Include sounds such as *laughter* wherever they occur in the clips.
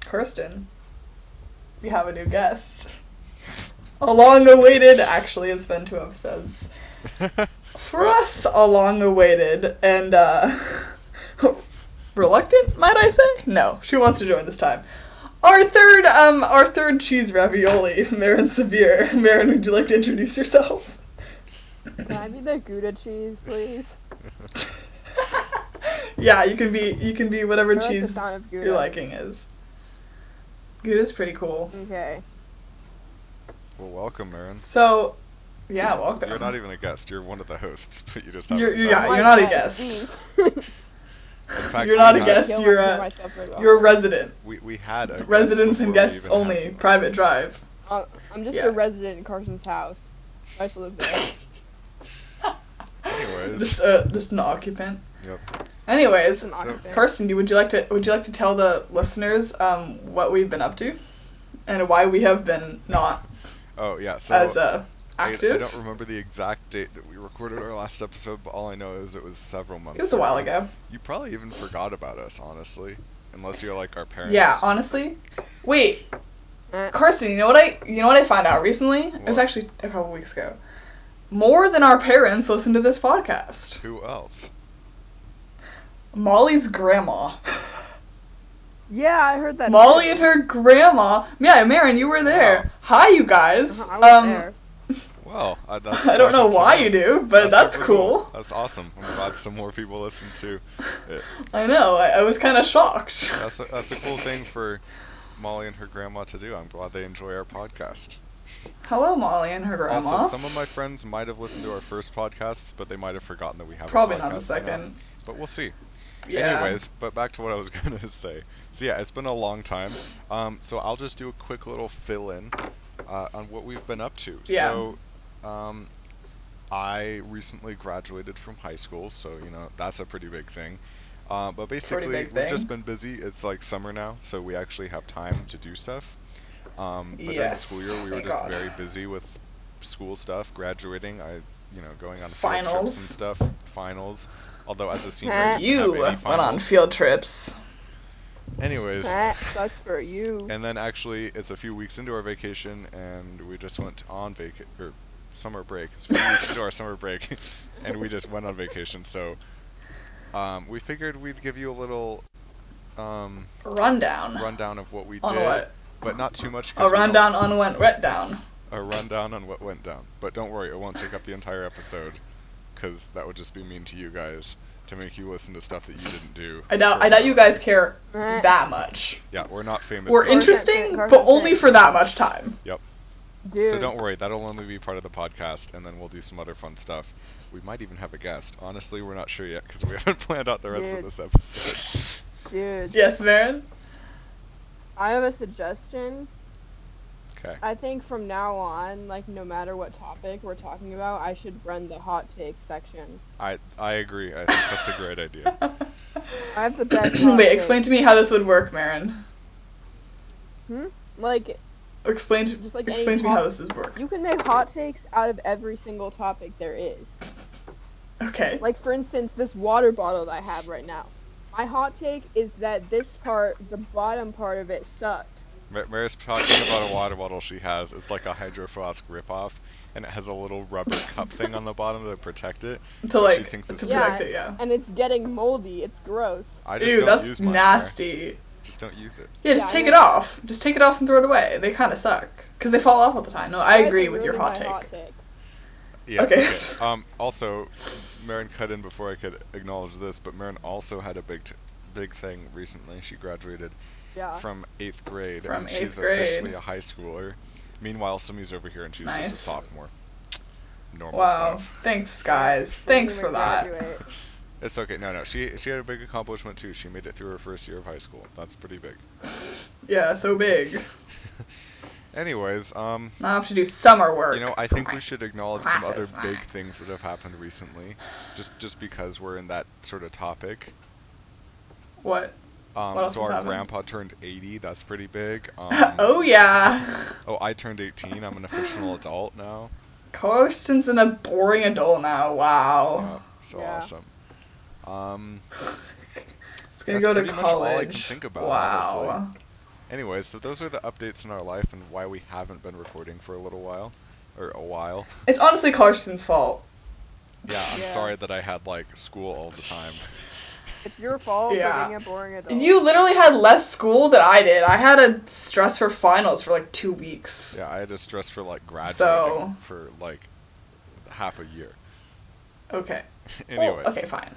Kirsten, we have a new guest. *laughs* A long awaited, actually, it's been two *laughs* episodes. For us, a long awaited and uh, *laughs* reluctant, might I say? No, she wants to join this time. Our third, um, our third cheese ravioli, *laughs* Marin Severe. *laughs* Marin, would you like to introduce yourself? *laughs* Can I be the Gouda cheese, please? Yeah, you can be, you can be whatever I like the cheese sound of Gouda. you're liking is. Gouda's pretty cool. Okay. Well, welcome, Marin. So, yeah, welcome. You're not even a guest. You're one of the hosts, *laughs* but you just have You're- a you're- bad- yeah, My "Ah, you're not a God, guest. jeez. *laughs* *laughs* In fact, you're we not a had- guest, Don't you're repeat a- myself very well. You're a resident. We, we had a guest Residents and before we guests even had only. you. Private drive. Uh, I'm just Yeah. a resident in Carson's house. I used *laughs* to live there. Anyways, Just uh, just an occupant. Yep. It's Anyways, an occupant. Karsten, do- would you like to would you like to tell the listeners um what we've been up to, and why we have been not oh yeah. So as uh, I, I active? don't remember the exact date that we recorded our last episode, but all I know is it was several months. it was a while ago. ago. You probably even forgot about us, honestly, unless you're like our parents. Yeah, uh, honestly. Wait, Eh. Karsten, you know what I you know what I found out recently? It was What? actually a couple weeks ago. More than our parents listen to this podcast. Who else? Molly's grandma. *laughs* Yeah, I heard *laughs* that. Molly too. and her grandma. Yeah, Marin, you were there. Hi, you guys. Uh-huh, I was um, there. Well, I, that's *laughs* I don't know surprising to why me. you do, but that's, super cool. That's awesome. I'm glad some more people listen to. I know. I, I was kind of shocked. *laughs* That's a, that's a cool thing for Molly and her grandma to do. I'm glad they enjoy our podcast. Hello, Molly and her grandma. Also, some of my friends might have listened to our first podcast, but they might have forgotten that we have Probably a podcast not the by now. second. But we'll see. Yeah. Anyways, but back to what I was *laughs* gonna say. So yeah, it's been a long time. Um, so I'll just do a quick little fill in uh, on what we've been up to. Yeah. So, um, I recently graduated from high school, so you know that's a pretty big thing. Uh, but basically, big we've just thing. been busy. It's like summer now, so we actually have time to do stuff. Um, but during the Yes, school year, we were thank just God. very busy with school stuff, graduating. I, you know, going on field trips and Finals. stuff, finals. Although as a senior, I didn't Eh, You have any went on Eh, finals. field trips. Anyways, That sucks for you. and then actually, it's a few weeks into our vacation, and we just went on vacation or summer break. It's a few *laughs* weeks into our summer break, *laughs* and we just went on vacation. So, um, we figured we'd give you a little um, Rundown. rundown of what we on did, what? but not too much. 'cause A we don't- rundown on went wet down. A rundown on what went down. But don't worry, it won't take up the entire episode, because that would just be mean to you guys to make you listen to stuff that you didn't do. I doubt. for- I doubt you guys care Eh. that much. Yeah, we're not famous. We're for that. Carson interesting, said- but Carson only said- for that much time. Dude. So don't worry, that'll only be part of the podcast, and then we'll do some other fun stuff. We might even have a guest. Honestly, we're not sure yet because we *laughs* haven't planned out the rest of Dude. this episode. Dude, Yes, *laughs* Marin. I have a suggestion. Okay. I think from now on, like, no matter what topic we're talking about, I should run the hot take section. I I agree. I think that's a great idea. I have the best. hot *laughs* *coughs* Wait, take. explain to me how this would work, Marin. Like, Explain to, Just like any explain to me how top- this would work. you can make hot takes out of every single topic there is. Okay. Like, for instance, this water bottle that I have right now. My hot take is that this part, the bottom part of it, sucks. Mar- Maris talking about a water bottle she has. It's like a hydro flask ripoff, and it has a little rubber cup thing on the bottom to protect it. to what she like thinks to is good. protect it, yeah. And it's getting moldy. It's gross. I just Ew, don't that's use mine. Mar. nasty. Just don't use it. Yeah, just Yeah, I take know. it off. Just take it off and throw it away. They kind of suck because they fall off all the time. No, I Why is agree it with your ruining hot my take. Yeah. Okay. Um. Also, s- Marin cut in before I could acknowledge this, but Marin also had a big, t- big thing recently. She graduated. Yeah. from eighth grade, From and eighth she's grade. officially a high schooler. Meanwhile, Sumi's over here, and she's just a Nice. sophomore. Normal Wow. stuff. Thanks, guys. Thanks for that. It's okay. No, no. She she had a big accomplishment too. She made it through her first year of high school. That's pretty big. Yeah, so big. Anyways, um, Now I have to do summer work. you know, I for think my- we should acknowledge classes. some other big things that have happened recently, just just because we're in that sort of topic. What? Um, What else so has our happened? grandpa turned 80. That's *laughs* pretty big. Um, oh yeah, oh, I turned 18. I'm an official adult now. Carsten's in a boring adult now. Wow. Yeah, so Yeah. awesome. Um, It's gonna That's go to pretty much all I college. can think about, wow. Anyway, so those are the updates in our life and why we haven't been recording for a little while, or *laughs* a while. It's honestly Carson's fault. Yeah, I'm Yeah. sorry that I had like school all *laughs* the time. It's your fault Yeah. for being a boring adult. You literally had less school than I did. I had a stress for finals for like two weeks. Yeah, I had to stress for like graduating So- for like half a year. Okay. Well, Anyways, Oh, okay, fine.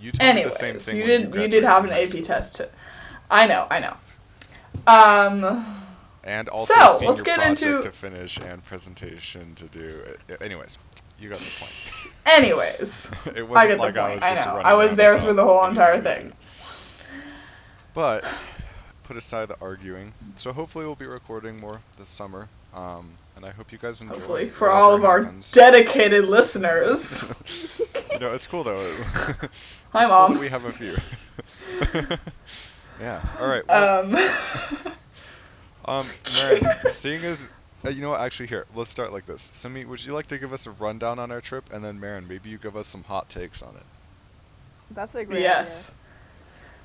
you told me the same Anyways, thing. you when did you did graduated have from an high AP school. test. To, I know, I know. Um, and also So, senior let's get project into- to finish and presentation to do. Uh, Anyways, you got the *sighs* point. anyways, *laughs* It wasn't I get like the I point. was I, just know. running I around was there without through the whole entire anything. thing. But put aside the arguing. So hopefully we'll be recording more this summer. Um, and I hope you guys enjoy. Hopefully, for whatever all of our happens. dedicated *laughs* listeners. *laughs* no, it's cool though. It's cool Hi, that mom. we have a few. *laughs* yeah. All right. Well, Um, *laughs* Uh, um, Marin, seeing as uh, you know, what, actually, here, let's start like this. Simi, would you like to give us a rundown on our trip, and then Marin, maybe you give us some hot takes on it. That's a great yes.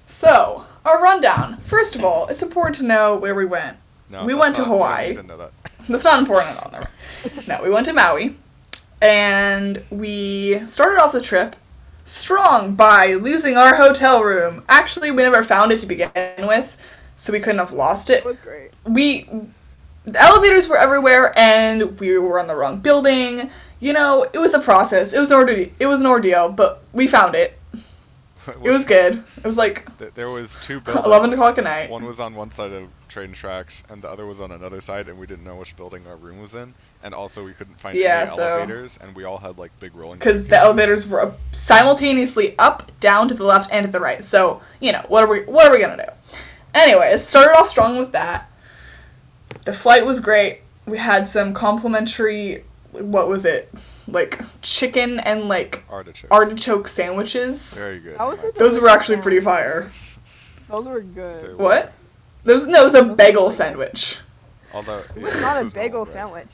So, our rundown. First of all, it's important to know where we went. No, We that's went to not- we don't Hawaii. need to know that. *laughs* That's not important at all. Never. mind. No, we went to Maui, and we started off the trip strong by losing our hotel room. Actually, we never found it to begin with, so we couldn't have lost Idea. it. It was great. We the elevators were everywhere, and we were on the wrong building. You know, it was a process. It was an ordeal. It was an ordeal, but we found it. It was good. It was like Th- there was two *laughs* buildings. eleven o'clock at night. One was on one side of train tracks, and the other was on another side, and we didn't know which building our room was in. And also, we couldn't find Yeah, any so- elevators, and we all had like big rolling. because the suitcases. elevators were up- simultaneously up, down to the left, and to the right. So you know what are we what are we gonna do? Anyways, started off strong with that. The flight was great. We had some complimentary what was it like chicken and like artichoke. artichoke sandwiches. Very good. How was Matt. it- Those were actually pretty fire. Those were They good. were- What? There was no, it was a bagel sandwich. Although yeah, It this was not a was bagel normal, right?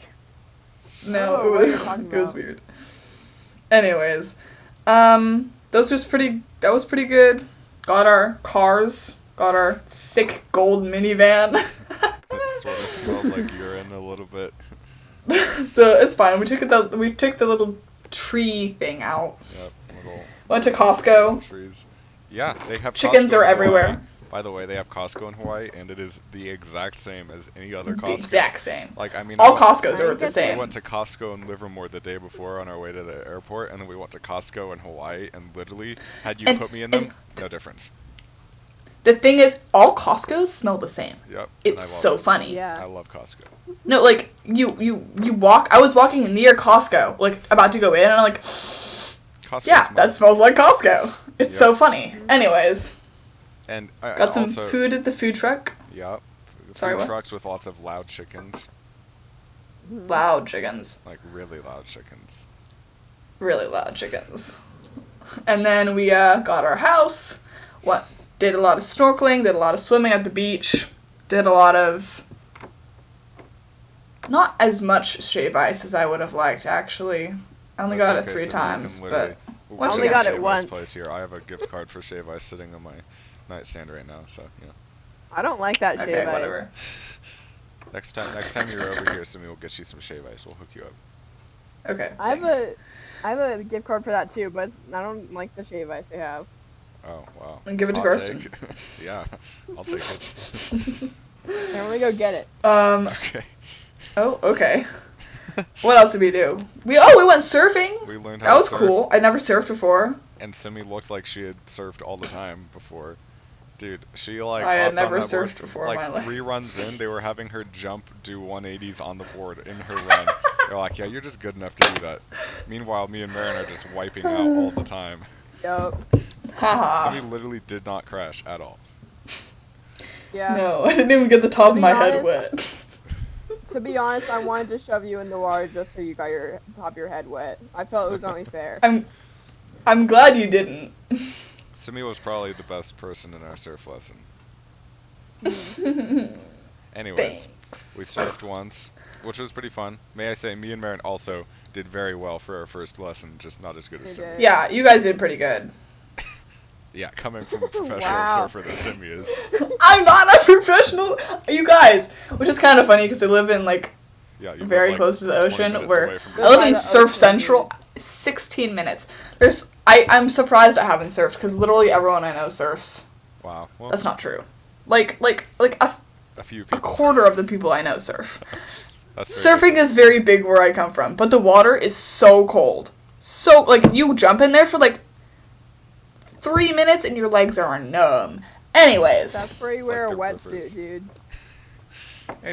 sandwich. No, Oh, it *laughs* what are you was talking it was about? weird. Anyways, um, those was pretty. That was pretty good. Got our cars. Got our sick gold minivan. *laughs* It sort of smelled like urine a little bit. so it's fine. We took the we took the little tree thing out. Yep, little Went to Costco. trees. Yeah, they have Chickens are Costco in Hawaii. everywhere. By the way, they have Costco in Hawaii, and it is the exact same as any other Costco. The exact same. Like I mean, I All went- Costco's are the We same. went to Costco in Livermore the day before on our way to the airport, and then we went to Costco in Hawaii, and literally, had you And- put me in and them, no difference. The thing is, all Costco's smell the same. Yep. and I It's love so it. funny. Yeah. I love Costco. No, like you you you walk. I was walking near Costco, like about to go in, and I'm like, Costco. yeah, smells- that smells like Costco. It's Yep. so funny. Anyways, And I, got some also, food at the food truck. Yep. Sorry, food what? trucks with lots of loud chickens, Loud chickens, like really loud chickens. really loud chickens. And then we uh, got our house. What did a lot of snorkeling. Did a lot of swimming at the beach. Did a lot of not as much shave ice as I would have liked actually. I only That's got it okay, three Sydney, you can times, but literally- we Once should we have got it Shave Ice once. Place here. I have a gift card for Shave Ice sitting on my nightstand right now. So yeah. I don't like that shit. okay, whatever. Next time, next time you're over here, Simi, we'll get you some Shave Ice. We'll hook you up. Okay. I have thanks. a, I have a gift card for that too, but I don't like the shave ice they have. Oh wow. And give it to Hot Carson. take. *laughs* yeah, I'll take it. *laughs* I'm gonna go get it. Um. Okay. Oh, okay. what else did we do? We oh, we went surfing. We learned how That to was surf, cool. I never surfed before. And Simi looked like she had surfed all the time before. Dude, she like I had hopped on never that board, surfed before in Like my life. three runs in, they were having her jump do 180s on the board in her run. They're like, yeah, you're just good enough to do that. Meanwhile, me and Marin are just wiping out all *sighs* the time. Yup. Haha. Simi literally did not crash at all. Yeah. No, I didn't even get the top To of be my honest- head wet. *laughs* To be honest, I wanted to shove you in the water just so you got your top of your head wet. I felt it was only fair. I'm, I'm glad you didn't. Simi was probably the best person in our surf lesson. *laughs* Anyways, we surfed once, which was pretty fun. May I say, me and Marin also did very well for our first lesson, just not as good as We Simi. did. Yeah, you guys did pretty good. *laughs* Yeah, coming from a professional Wow. surfer that Simi is. I'm not a *laughs* professional. guys, which is kind of funny because they live in like Yeah, you live, very like, close to the 20 ocean. minutes Where away from I live By in the Surf ocean, Central, sixteen minutes. There's I I'm surprised I haven't surfed because literally everyone I know surfs. wow, well, That's not true. Like like like a, a few a people. quarter of the people I know surf. That's very Surfing good. is very big where I come from, but the water is so cold. So like you jump in there for like three minutes and your legs are numb. Anyways, That's where It's you like wear a the wetsuit, rivers. dude.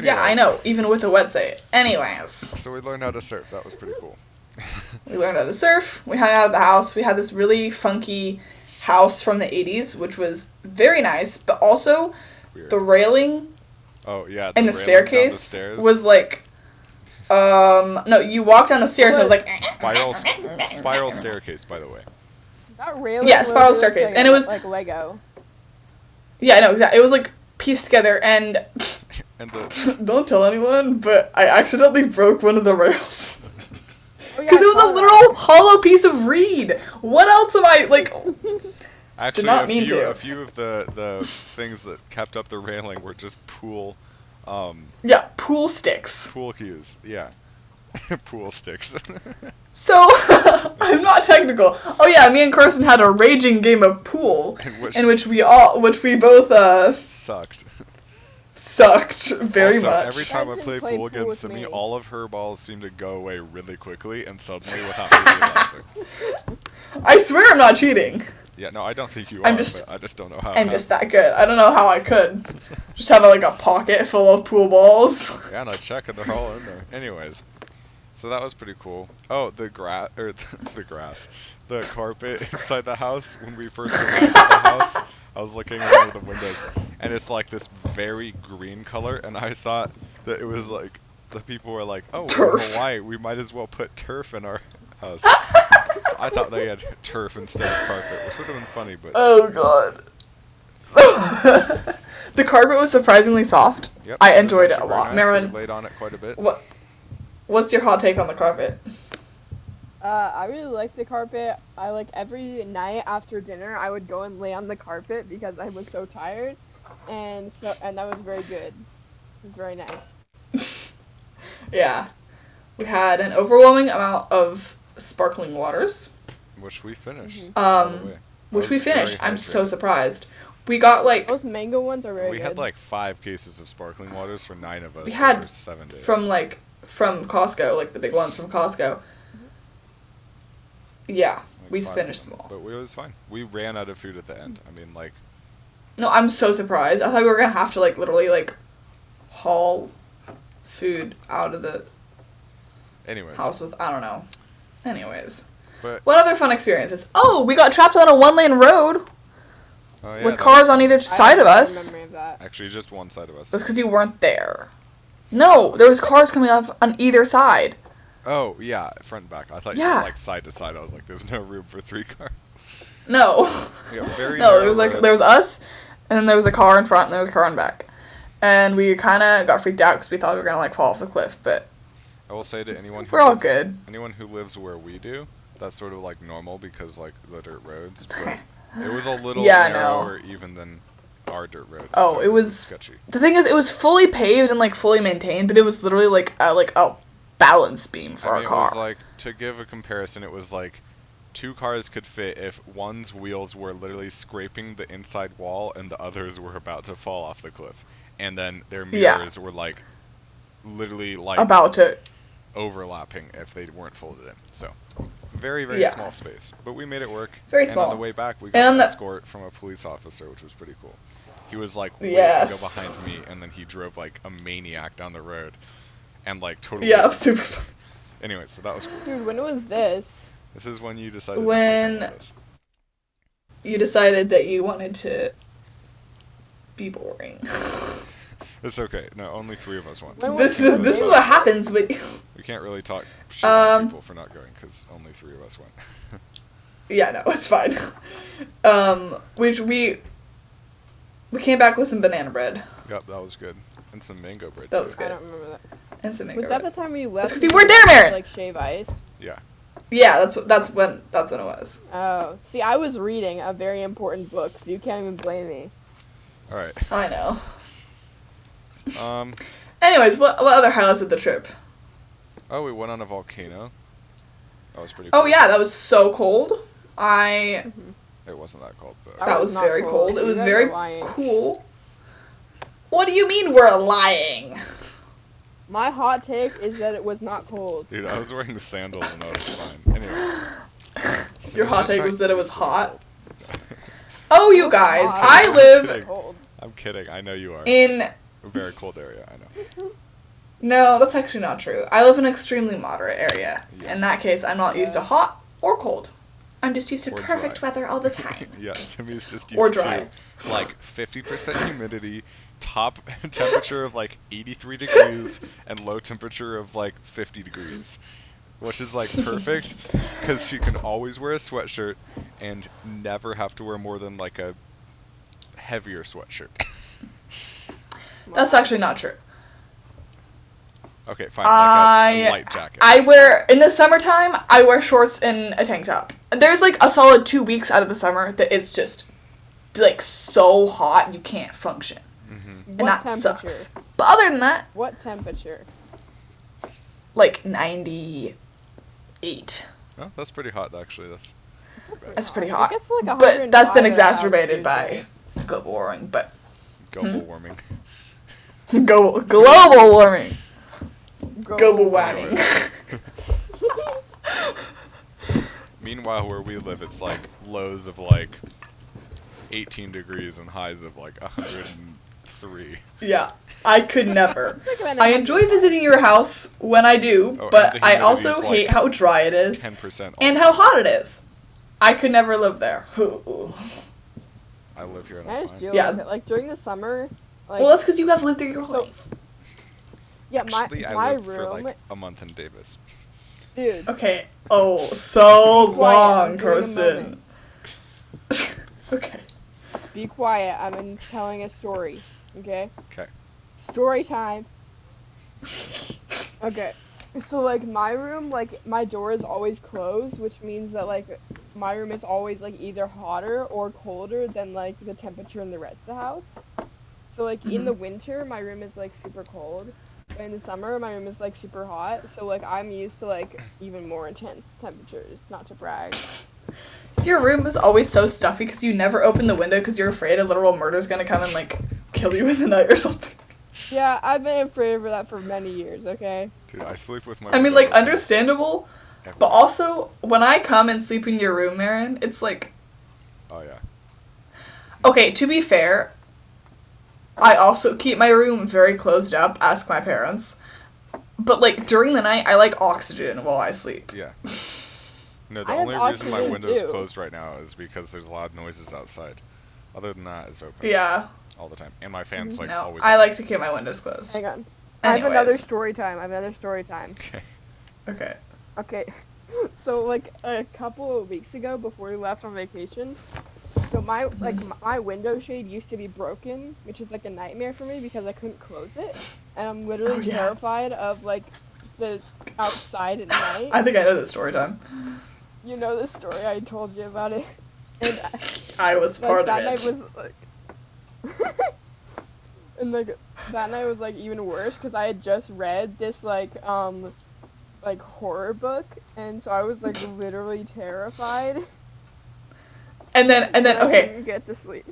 yeah, I Anyways, know. Even with a wetsuit. Anyways, So we learned how to surf. That was pretty cool. we learned how to surf. We hung out at the house. We had this really funky house from the '80s, which was very nice, but also Weird. the railing oh yeah, and the railing down staircase the stairs. was like um no you walk down the stairs and it was like spiral spiral staircase. By the way, That railing. Yeah, spiral looked staircase, like and it was- like Lego. yeah no exactly it was like pieced together and *laughs* and the don't tell anyone but i accidentally broke one of the rails Oh, yeah, because I it was saw a that. literal hollow piece of reed what else am i like actually not a, mean few, to. a few of the the things that kept up the railing were just pool um yeah pool sticks pool cues. Yeah, *laughs* pool sticks. *laughs* so *laughs* i'm not technical oh yeah me and carson had a raging game of *laughs* pool And which- in which we all which we both uh Sucked. sucked very also, much every time I Preston play played pool pool with against Simi, me. all of her balls seem to go away really quickly and suddenly without *laughs* me realizing. i swear i'm not cheating Yeah, no, I don't think you I'm are. just- but I just don't know how. I'm how- just that good. I don't know how I could. Just have like a pocket full of pool balls. *laughs* Yeah, and I check, and they're all in there. Anyways, so that was pretty cool. Oh, the grass or *laughs* the, the grass, the *laughs* carpet inside the house. When we first arrived at the house, I was looking out of the windows, and it's like this very green color, and I thought that it was like the people were like, "Oh, we're in Turf. Hawaii. We might as well put turf in our *laughs* house." So I thought they had turf instead of carpet, which would have been funny, but Oh god. *laughs* the carpet was surprisingly soft. yep, I was enjoyed it a actually very lot. nice. We Marilyn, laid on it quite a bit. what what's your hot take on the carpet? Uh, I really like the carpet. I like every night after dinner, I would go and lay on the carpet because I was so tired, and so and that was very good. It was very nice. Yeah. We had an overwhelming amount of sparkling waters, Which we finished. by the um, which way. I we Oh, was very finished. I'm so hydrated. surprised. We got like Those mango ones are very we good. had like five cases of sparkling waters for nine of us. We had over seven days. from like from Costco, like the big ones from Costco. Yeah, Like, we five finished of them all. But we- it was fine. We ran out of food at the end. I mean, like No, I'm so surprised. I thought we were gonna have to like literally like haul food out of the anyways. house with I don't know. Anyways. But What other fun experiences? Oh, we got trapped on a one lane road oh, yeah, with that cars was- on either I side have of no us. Memory of that. Actually, just one side of us. That's because you weren't there. No, there was cars coming up on either side. Oh yeah, front and back. I thought you Yeah. were, like side to side. I was like, there's no room for three cars. *laughs* No. *laughs* Yeah, very. No, narrow there was like roads. there was us, and then there was a car in front, and there was a car in back, and we kind of got freaked out because we thought we were gonna like fall off the cliff, but I will say to anyone who we're all lives, good. anyone who lives where we do, that's sort of like normal because like the *laughs* dirt roads. But it was a little Yeah, I know. narrower even than our dirt roads. Oh, so it was- sketchy. The thing is, it was fully paved and like fully maintained, but it was literally like a, like a balance beam for I our mean, car. It was like to give a comparison, it was like two cars could fit if one's wheels were literally scraping the inside wall and the others were about to fall off the cliff, and then their Yeah. mirrors were like literally like About to overlapping if they weren't folded in. So very very Yeah. small space, but we made it work. Very and On small. the way back, we And got on an the- escort from a police officer, which was pretty cool. He was like, "Wait, go Yes. behind me," and then he drove like a maniac down the road, and like totally. yeah, *laughs* I'm super. Anyway, so that was cool. Dude, when was this? This is when you decided. not to come When- with us. You decided that you wanted to be boring. it's okay. No, only three of us went. When so was this we can't is really this is talk- what happens when. *laughs* We can't really talk shit about Um, people for not going because only three of us went. *laughs* yeah, no, it's fine. Um, which we we came back with some banana bread yep, that was good. And some mango bread. That too. was I good. don't remember that. and some. Was mango that bread. the time we left? 'cause you weren't there, Merritt! Like shave ice. Yeah. Yeah, that's what that's when that's when it was. Oh, see, I was reading a very important book, so you can't even blame me. All right. I know. Um, Anyways, what what other highlights of the trip? oh, we went on a volcano. That was pretty. Oh cool. yeah, that was so cold. I It wasn't that cold, but that was was not very cold. cold. It You was guys very are lying. cool. What do you mean we're lying? My hot take is that it was not cold. dude, I was wearing the sandals and that was fine. Anyways, So Your it's hot just take not was that it was used to hot. Oh, you guys, I I'm live kidding. Cold. *laughs* I'm kidding. I know you are. in a very cold area. I know. no, that's actually not true. I live in an extremely moderate area. Yeah. In that case, I'm not used to hot or cold. I'm just used to Or perfect dry. weather all the *laughs* time. Yes, Simi's just used Or dry. to like 50% humidity, top *laughs* temperature of like 83 degrees, and low temperature of like 50 degrees, which is like *laughs* perfect because she can always wear a sweatshirt and never have to wear more than like a heavier sweatshirt. *laughs* That's Wow. actually not true. Okay, fine. Like a, a I- light jacket. I wear in the summertime. I wear shorts and a tank top. There's like a solid two weeks out of the summer that it's just like so hot you can't function, What and that temperature? sucks. But other than that, What temperature? like 98. Oh, that's pretty hot actually. That's That's pretty I hot. guess like But that's 105 been and a half exacerbated usually. by global warming. But Hmm? global warming. *laughs* go global warming. Global Go- *laughs* warming. *laughs* Meanwhile, where we live, it's like lows of like 18 degrees and highs of like 103. yeah, I could never. Think of *laughs* it I as- enjoy visiting your house when I do, Oh, and but the I humidity also is, like, hate how dry it is 10% all and the how time. hot it is. I could never live there. *laughs* I live here and I I'm just fine. deal Yeah. with it. Like during the summer, like well, that's because you have lived there your whole So- life. yeah, my Actually, I my lived for room, like a month in Davis. dude. Okay. Oh, so Quiet, long, I'm doing a Kirsten. moment. *laughs* okay. Be quiet. I'm in- telling a story. Okay. Okay. Story time. Okay. So like my room, like my door is always closed, which means that like my room is always like either hotter or colder than like the temperature in the rest of the house. So like in the winter, my room is like super cold. But in the summer, my room is like super hot. So like I'm used to like even more intense temperatures. Not to brag. Your room is always so stuffy because you never open the window because you're afraid a literal murder's gonna come and like kill you in the night or something. Yeah, I've been afraid of that for many years. Okay. Dude, I sleep with my. I mean, window like open understandable, every but night. also when I come and sleep in your room, Marin, it's like Oh yeah. okay. To be fair, I also keep my room very closed up. Ask my parents. But like during the night, I like oxygen while I sleep. Yeah. *laughs* No, the I have only reason my oxygen window's too. closed right now is because there's loud noises outside. Other than that, it's open. Yeah, Mm-hmm. All the time, and my fans like no, always. I on. like to keep my windows closed. Hang on. I have another Anyways. story time. I have another story time. Okay. Okay. Okay. *laughs* So like a couple of weeks ago before we left on vacation, so my like m- my window shade used to be broken, which is like a nightmare for me because I couldn't close it, and I'm literally Oh, yeah. terrified of like the outside at *laughs* night. I think I know this story time. you know the story I told you about it. And I- I was part that of night it. was like, *laughs* and like that night was like even worse because I had just read this like um, like horror book, and so I *laughs* was like literally terrified. And then and then I okay, couldn't get to sleep.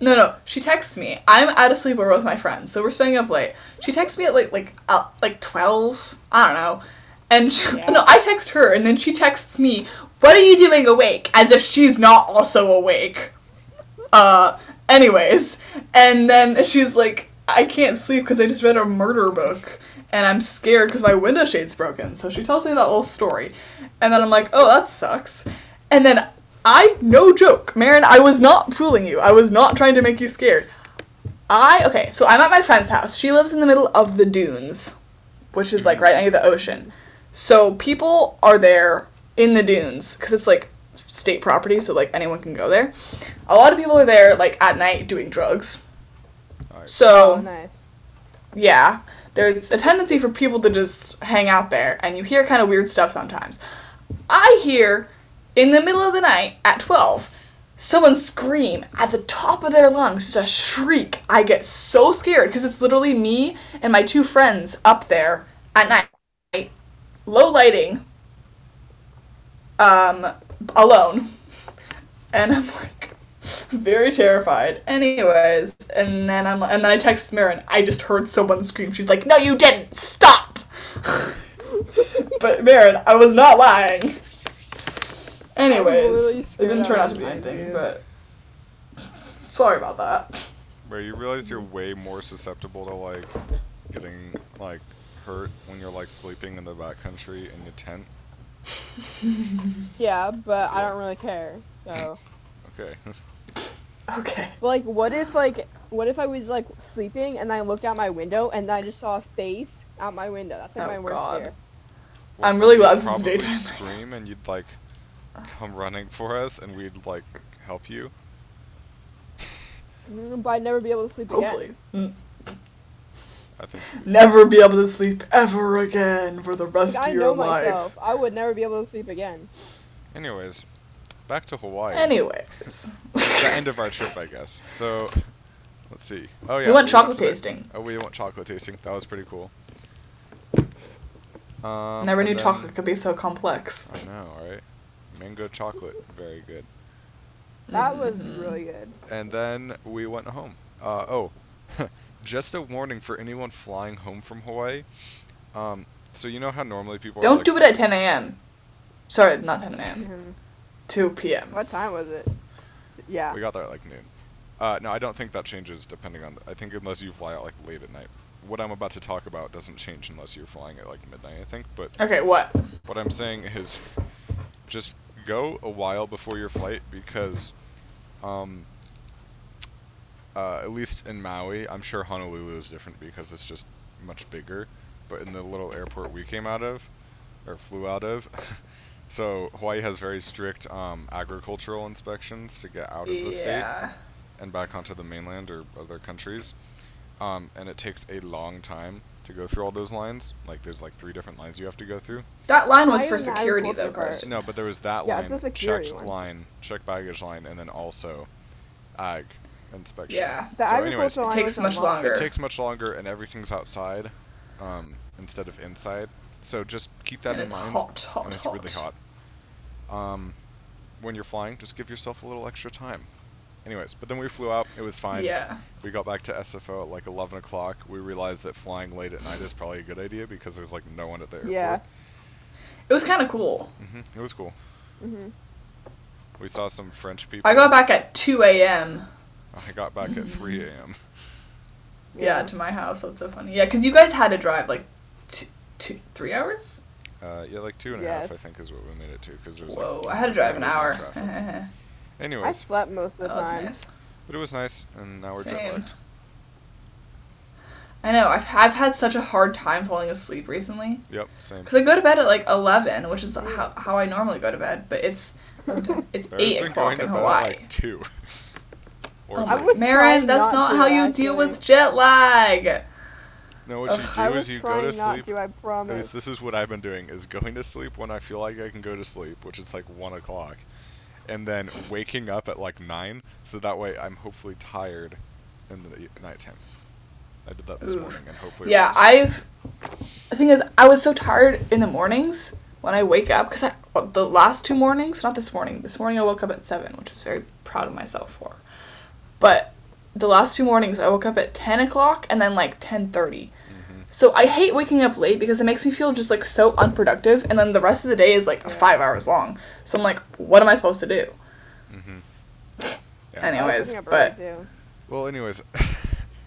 No, no. She texts me. I'm at a sleepover with my friends, so we're staying up late. She texts me at like like uh, like twelve. I don't know. And she, *laughs* Yeah. no, I text her, and then she texts me. What are you doing awake? As if she's not also awake. Uh. Anyways, and then she's like, I can't sleep because I just read a murder book, and I'm scared because my window shade's broken. So she tells me that little story, and then I'm like, oh, that sucks. And then I, no joke, Marin, I was not fooling you. I was not trying to make you scared. I, okay, so I'm at my friend's house. She lives in the middle of the dunes, which is like right near the ocean. So people are there in the dunes because it's like state property, so like anyone can go there. A lot of people are there like at night doing drugs. Alright. So Oh, nice. yeah, there's a tendency for people to just hang out there, and you hear kind of weird stuff sometimes. I hear in the middle of the night at 12 someone scream at the top of their lungs, just a shriek. I get so scared because it's literally me and my two friends up there at night, low lighting, um, alone. And I'm like very terrified. Anyways, and then I'm and then I text Marin. I just heard someone scream. She's like, "No, you didn't. Stop." *laughs* but Marin, I was not lying. Anyways, really it didn't scared turn out out to be of my anything, view. but sorry about that. Where you realize you're way more susceptible to like getting like hurt when you're like sleeping in the backcountry in your tent. Yeah, but I Yeah. don't really care. So, Okay. *laughs* Okay. but like, what if like, what if I was like sleeping and I looked out my window and I just saw a face out my window? That's like Oh, my worst God. fear. I'm really you'd glad this is probably daytime right scream and you'd like come running for us and we'd like help you. Mm, But I'd never be able to sleep again. Hopefully. Mm. I think Never be able to sleep ever again for the rest Like, I of know your myself. life. I would never be able to sleep again. anyways, back to Hawaii. Anyways. the end of our trip, I guess. So, let's see. Oh yeah. went chocolate to the- tasting. Oh, we went chocolate tasting. That was pretty cool. *laughs* Um, Never and knew then- chocolate could be so complex. I know, right? Mango chocolate, very good. That was Mm-hmm. really good. And then we went home. Uh, oh, *laughs* just a warning for anyone flying home from Hawaii. Um, so you know how normally people are Don't like, do it at 10 a.m. Sorry, not 10 a.m. Mhm. 2 p.m. what time was it? Yeah. We got there at like noon. Uh, no, I don't think that changes depending on. The, I think unless you fly out like late at night. What I'm about to talk about doesn't change unless you're flying at like midnight, I think. But Okay, what? What I'm saying is just go a while before your flight because, um, uh, at least in Maui, I'm sure Honolulu is different because it's just much bigger. But in the little airport we came out of, or flew out of, *laughs* so Hawaii has very strict um, agricultural inspections to get out of the state Yeah. and back onto the mainland or other countries. Um, and it takes a long time to go through all those lines. Like there's like three different lines you have to go through. That line was Why for is that security, though, important part? Carson. No, but there was that Yeah, line, it's a security checked line. line, checked baggage line, and then also ag inspection. Yeah. the so anyways, agricultural it line takes was much unlocked. longer. it takes much longer, and everything's outside um, instead of inside. So just keep that And in it's mind. hot, hot, and it's really hot. hot. Um, when you're flying, just give yourself a little extra time. Anyways, but then we flew out. It was fine. Yeah. We got back to SFO at like 11 o'clock. We realized that flying late at night is probably a good idea because there's like no one at the airport. Yeah. It was kind of cool. hmm It was cool. Mhm. We saw some French people. I got back at 2 a.m. I got back at 3 a.m. Yeah, to my house. That's so funny. Yeah, because you guys had to drive like two, two, three hours. Uh, yeah, like two and a half, I Yes. think, is what we made it to because there was Whoa, like. I had to drive an really bad hour. *laughs* traffic. oh, I Anyways, slept most of the that's time. nice. but it was nice, and now we're Same. jet lagged. I know. I've I've had such a hard time falling asleep recently Yep, same. because I go to bed at like eleven, which is how, how I normally go to bed. But it's it's Barry's eight been o'clock going to in bed at Hawaii. like two. or Oh I my- three. was Marin, trying that's not not to, how you deal with actually. jet lag. no, what you Ugh, do I is was you go trying to not sleep. to. I At least promise. this is what I've been doing: is going to sleep when I feel like I can go to sleep, which is like one o'clock, and then waking up at like nine, so that way I'm hopefully tired in the e- nighttime. I did that this Ooh. morning, and hopefully. it Yeah, works. I've. The thing is, I was so tired in the mornings when I wake up because I well, the last two mornings, not this morning. This morning I woke up at seven, which I was very proud of myself for. But the last two mornings I woke up at ten o'clock and then like ten thirty. Mm-hmm. So I hate waking up late because it makes me feel just like so unproductive, and then the rest of the day is like five hours long. So I'm like, what am I supposed to do? Mm-hmm. Yeah. I was Anyways, waking up but early, too. Well, anyways, *laughs*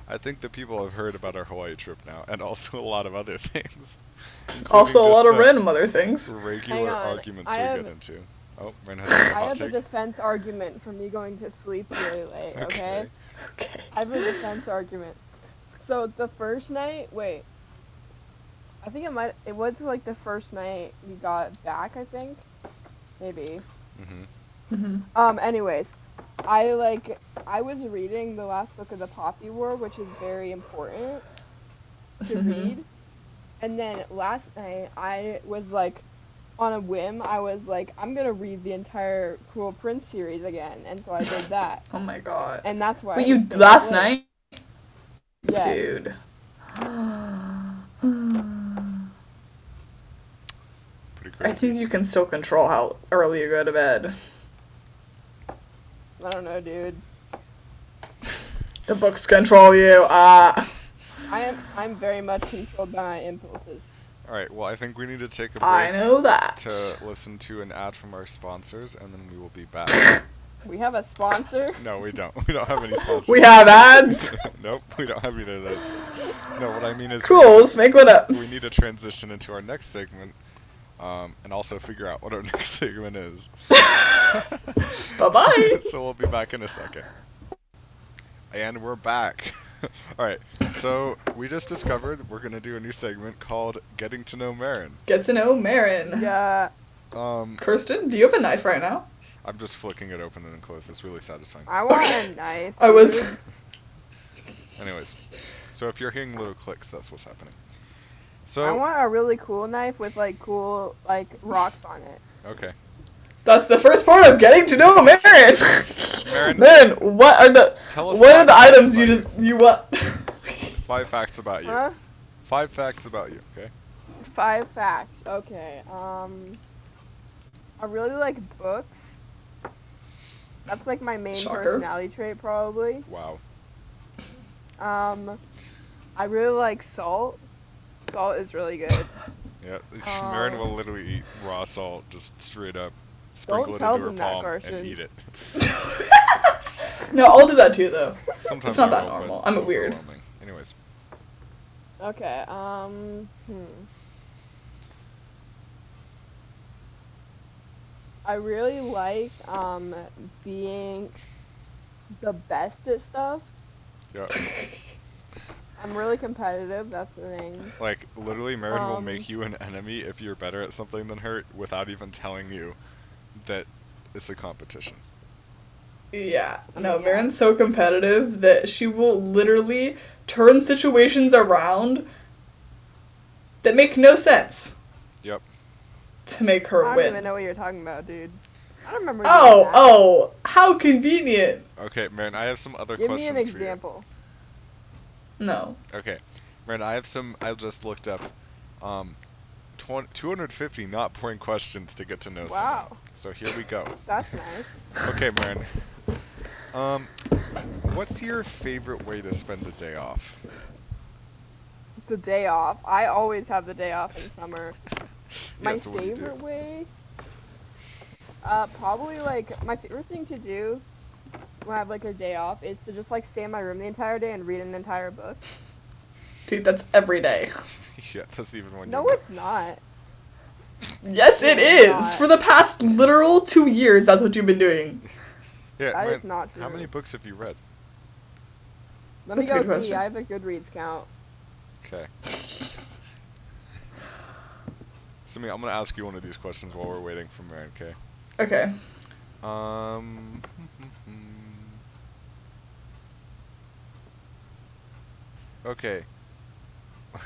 I think the people have heard about our Hawaii trip now, and also a lot of other *laughs* things. including also a just lot of the random other things. *laughs* regular on, arguments I we have- get into. Oh, Ren has a I hot have a take. defense argument for me going to sleep really late, okay? *laughs* Okay. Okay. I have a defense argument. So the first night, wait. I think it might it was like the first night we got back, I think. Maybe. Mhm. Mm-hmm. Um anyways, I like I was reading the last book of the Poppy War, which is very important Mm-hmm. to read. And then last night I was like on a whim, I was like, I'm gonna read the entire Cool Prince series again, and so I did that, Oh my god. and that's why. I Wait, you was so last late. night? Yeah. Dude. Pretty I crazy. think you can still control how early you go to bed. I don't know, dude. The books control you. Ah. I am. I'm very much controlled by my impulses. All right. Well, I think we need to take a break I know that. to *laughs* listen to an ad from our sponsors, and then we will be back. We have a sponsor. no, we don't. We don't have any *laughs* sponsors. We have ads. *laughs* nope. We don't have either of those. No, what I mean is we- cool. Let's make one up. we need to transition into our next segment, um, and also figure out what our *laughs* next segment is. *laughs* Bye bye. so we'll be back in a second. And we're back. *laughs* All right. So we just discovered we're gonna do a new segment called "Getting to Know Marin." Get to know Marin. Yeah. Um, Kirsten, do you have a knife right now? I'm just flicking it open and closed. It's really satisfying. I want a knife. I was. dude. Anyways, so if you're hearing little clicks, that's what's happening. I So want a really cool knife with like cool like rocks on it. okay, That's the first part of getting to know Marin. *laughs* Marin, Marin, what are the tell us what are five the items facts you about just you want? *laughs* Five facts about you. Huh? Five facts about you. Okay. Five facts. Okay. Um, I really like books. That's like my main Shocker. personality trait, probably. Wow. Um, I really like salt. Salt is really good. Yeah, Oh. Marin will literally eat raw salt, just straight up, sprinkle it tell into her them that, palm Carson. and eat it. *laughs* No, I'll do that too *laughs* though. Sometimes not I that will, but normal. I'm a weird. overwhelming. Anyways, Okay. Um. Hmm. I really like um being the best at stuff. yeah, I'm really competitive. That's the thing. like literally, Marin will Um. make you an enemy if you're better at something than her, without even telling you that it's a competition. Yeah. No, Yeah. Marin's so competitive that she will literally turn situations around that make no sense. Yep. To make her I don't even win. know what you're talking about, dude. I don't remember. doing Oh, that. oh, how convenient. Okay, Marin, I have some other Give me an questions example. No. for you. Okay, Marin, I have some. I just looked up, um, twen- 250 not boring questions to get to know someone. Wow. So here we go. That's nice. Okay, Marin. Um, what's your favorite way to spend a day off? The day off. I always have the day off in summer. My Yes, what do you do? favorite way. Uh, probably like my favorite thing to do when I have like a day off is to just like stay in my room the entire day and read an entire book. Dude, that's every day. *laughs* yeah, that's even when No, you're it's not. Yes, it No, is. not. For the past literal two years, that's what you've been doing. yeah, That Marin, is not How true. many books have you read? Let me That's a go see. good question. I have a Goodreads *laughs* count. *laughs* Okay. Simi, I'm gonna ask you one of these questions while we're waiting for Marin. Okay. Okay. Um. okay. *laughs*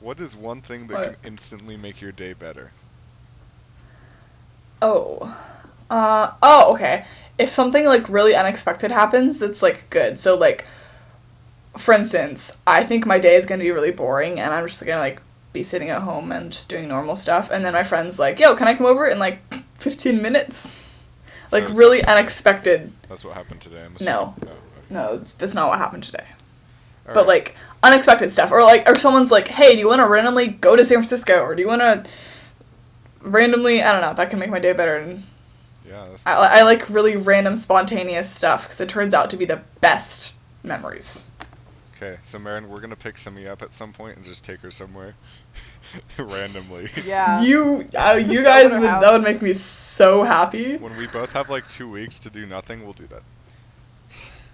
what is one thing that What? can instantly make your day better? Oh. Uh oh, okay. If something like really unexpected happens, that's like good. So like for instance, I think my day is going to be really boring and I'm just going to like be sitting at home and just doing normal stuff and then my friends like, "Yo, can I come over in like 15 minutes?" So Like it's- really unexpected. That's what happened today. I'm No. assuming. No. okay. No, it's- that's not what happened today. All but right. like unexpected stuff or like or someone's like hey do you want to randomly go to san francisco or do you want to randomly i don't know that can make my day better and yeah, that's i, I like really random spontaneous stuff because it turns out to be the best memories Okay, so Marin, we're gonna pick Simi up at some point and just take her somewhere *laughs* *laughs* randomly. Yeah. you uh, you Just guys would open her that house. would make me so happy When we both have like two weeks to do nothing, we'll do that.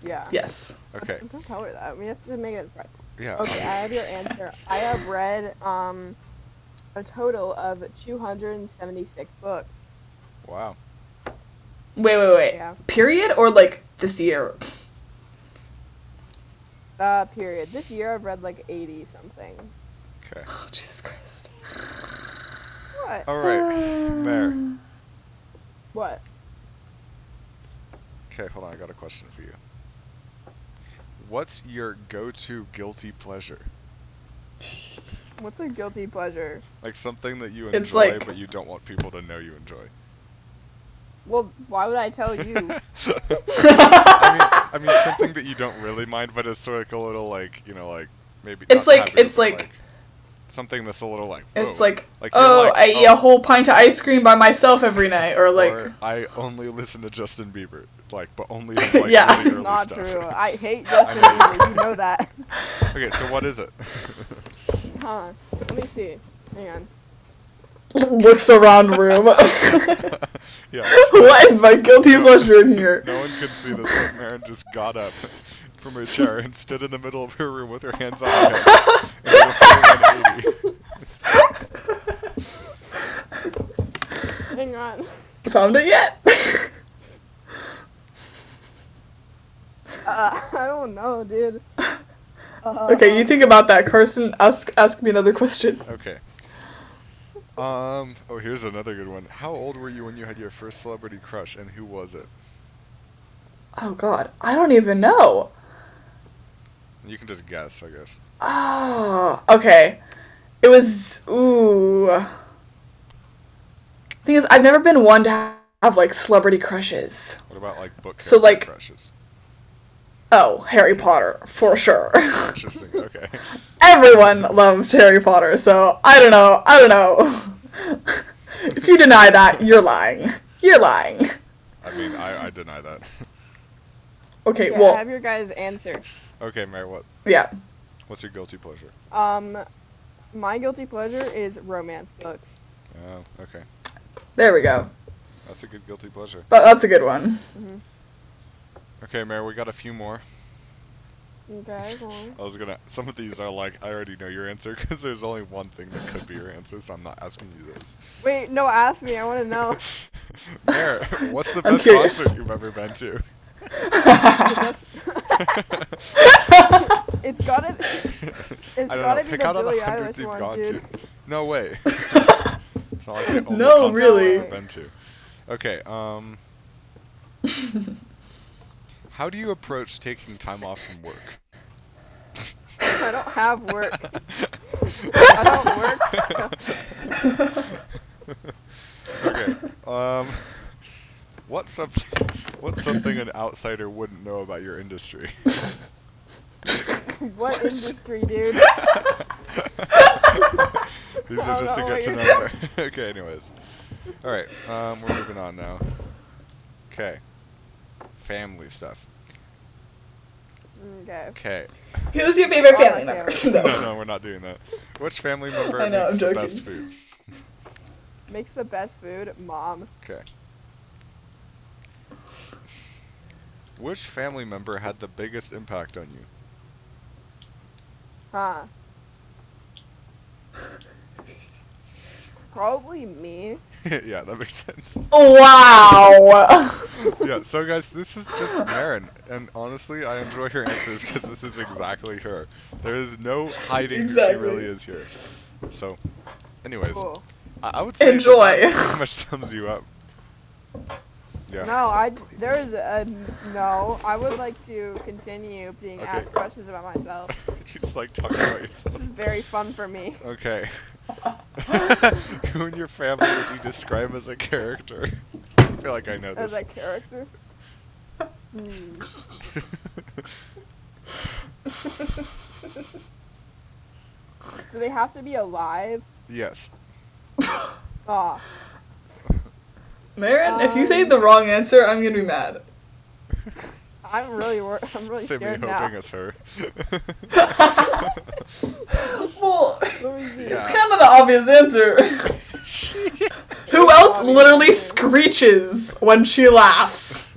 yeah. yes Okay. Don't tell her that. We have to make it a surprise. Yeah. Okay, I have your answer. I have read um, a total of 276 books. Wow. wait wait wait Yeah. period or like this year *sighs* Uh, period. This year I've read like 80 something. Okay. oh jesus christ What? All right, *laughs* there. What? Okay, hold on. I got a question for you. What's your go-to guilty pleasure? What's a guilty pleasure? Like something that you enjoy, It's like- but you don't want people to know you *laughs* enjoy. Well, why would I *laughs* tell you? I, mean, I mean, something that you don't really mind, but it's sort of like a little like you know, like maybe. It's not like- taboo, it's but, like- something that's a little like. It's whoa. like, you're oh, like, I eat oh, a whole pint of ice cream by myself every night, or like, *laughs* or I only listen to Justin Bieber, like, but only his, like, Yeah. really early Not stuff. true. *laughs* I hate Justin Bieber. You know that. okay, so what is it? *laughs* Huh. Let me see. Hang on. looks around *laughs* room. *laughs* yeah, what is my guilty pleasure in here? no one could see this, but Marin just got up from her chair and stood in the middle of her room with her hands on her head. and did a full 180. Hang *laughs* on. Found it yet? *laughs* Uh, I don't *laughs* know, dude. Uh, okay, you think about that, Carson. Ask ask me another question. Okay. Um. Oh, here's another good one. How old were you when you had your first celebrity crush, and who was it? Oh God, I don't even know. You can just guess, I guess. Oh, okay. It was ooh. Thing is, I've never been one to have like celebrity crushes. What about like book So, character like- crushes? Oh, Harry Potter for sure. *laughs* Interesting. Okay. Everyone loved Harry Potter, so I don't know. I don't know. *laughs* if you deny that, you're lying. You're lying. I mean, I, I deny that. Okay, yeah, well, have your guys answer. Okay, Mary, what yeah. what's your guilty pleasure? Um, my guilty pleasure is romance books. Oh, okay. There we go. That's a good guilty pleasure. That, that's a good one. *laughs* Okay, Mary, we got a few more. Okay. Well, I was gonna. Some of these are like I already know your answer because there's only one thing that could be your answer, so I'm not asking you those. wait, no, ask me. I want to *laughs* know. Mary, what's the I'm best curious. concert you've ever been *laughs* to? It's gotta. It's I don't gotta know. be Pick the out of the Billie hundreds Eilish you've one, gone dude. *laughs* to. No way. it's not like the only No, concert really. I've ever been to. Okay. *laughs* Um. how do you approach taking time off from work? I don't have *laughs* work. I don't work. Okay. Um. What's something? What's something an outsider wouldn't know about your industry? *laughs* What industry, dude? *laughs* These I are don't just to know get what to you're know. *laughs* okay, anyways. All right, um, we're moving on now. Okay. Family stuff. Okay. Okay. Who's your favorite Oh, family okay. member? No, *laughs* No. no, we're not doing that. *laughs* Which family member I know, makes I'm the joking. best food? Makes the best food, mom. Okay. Which family member had the biggest impact on you? *laughs* Huh. Probably *laughs* me. yeah, that makes sense. Wow. *laughs* *laughs* yeah, so guys, this is just Marin, and honestly, I enjoy her answers because this is exactly her. There is no hiding Exactly. who she really is here. So, anyways, Cool. I, I would say that Enjoy. that pretty much sums you up. Yeah. No, I there is a no. I would like to continue being Okay. asked questions about myself. *laughs* you just like talking about yourself. This is very fun for *laughs* me. Okay. who in your family would you describe as a character? I feel like I know As this. a character. Hmm. Do they have to be alive? *laughs* yes. Ah, Marin, if you say Um, the wrong answer, I'm gonna be mad. *laughs* I'm really wor- I'm really Simi scared hoping now. it's her. *laughs* *laughs* *laughs* Well, Let me see. it's Yeah. kind of the obvious answer. Who else Obvious literally answer. screeches when she laughs?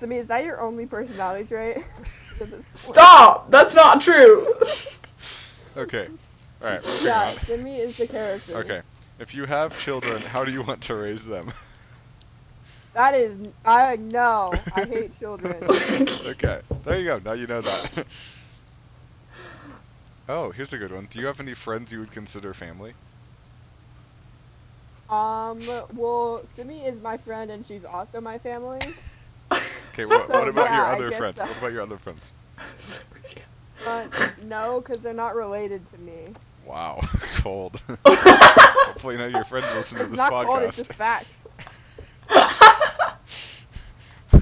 So, I mean, is that your only personality *laughs* trait? Does it split? Stop! That's not true. *laughs* *laughs* okay. All right. Moving Yeah, on. Simi is the character. Okay. If you have children, how do you want to raise them? *laughs* That is, I know. I hate children. okay. There you go. Now you know that. *laughs* oh, here's a good one. Do you have any friends you would consider family? Um, well, Simi is my friend and she's also my family. *laughs* Okay, what, So, what about yeah, I your other guess friends? so. What about your other friends? But no, because they're not related to me. Wow, *laughs* *laughs* cold. Hopefully none of your friends listen to It's this not cold, it's podcast. just facts. All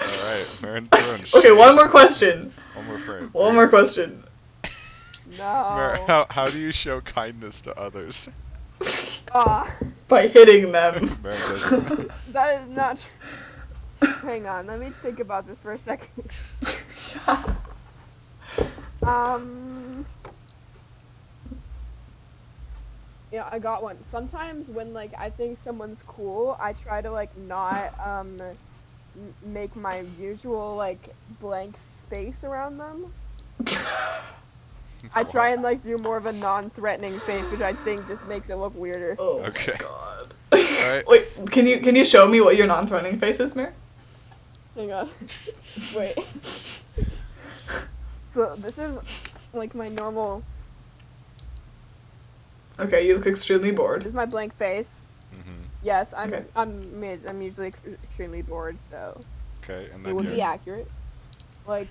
right, *laughs* we're in, we're in okay, shape. one more question. One more frame. One more question. Mer- *laughs* No. how, how do you show kindness to others? Ah, By hitting them. *laughs* Mary doesn't. that is not true. Hang on, let me think about this for a second. Um. Yeah, I got one. Sometimes when like I think someone's cool, I try to like not um m- make my usual like blank space around them. I try and like do more of a non-threatening face, which I think just makes it look weirder. oh Okay. my god. *laughs* Alright. Wait, can you can you show me what your non-threatening face is, Mir? Hang on. Wait. so this is like my normal. Okay, you look extremely This bored. is my blank face. Mhm. Yes, I'm. Okay. I'm. mid- I'm usually ex- extremely bored, so Okay, and it then would you're, be accurate. Like,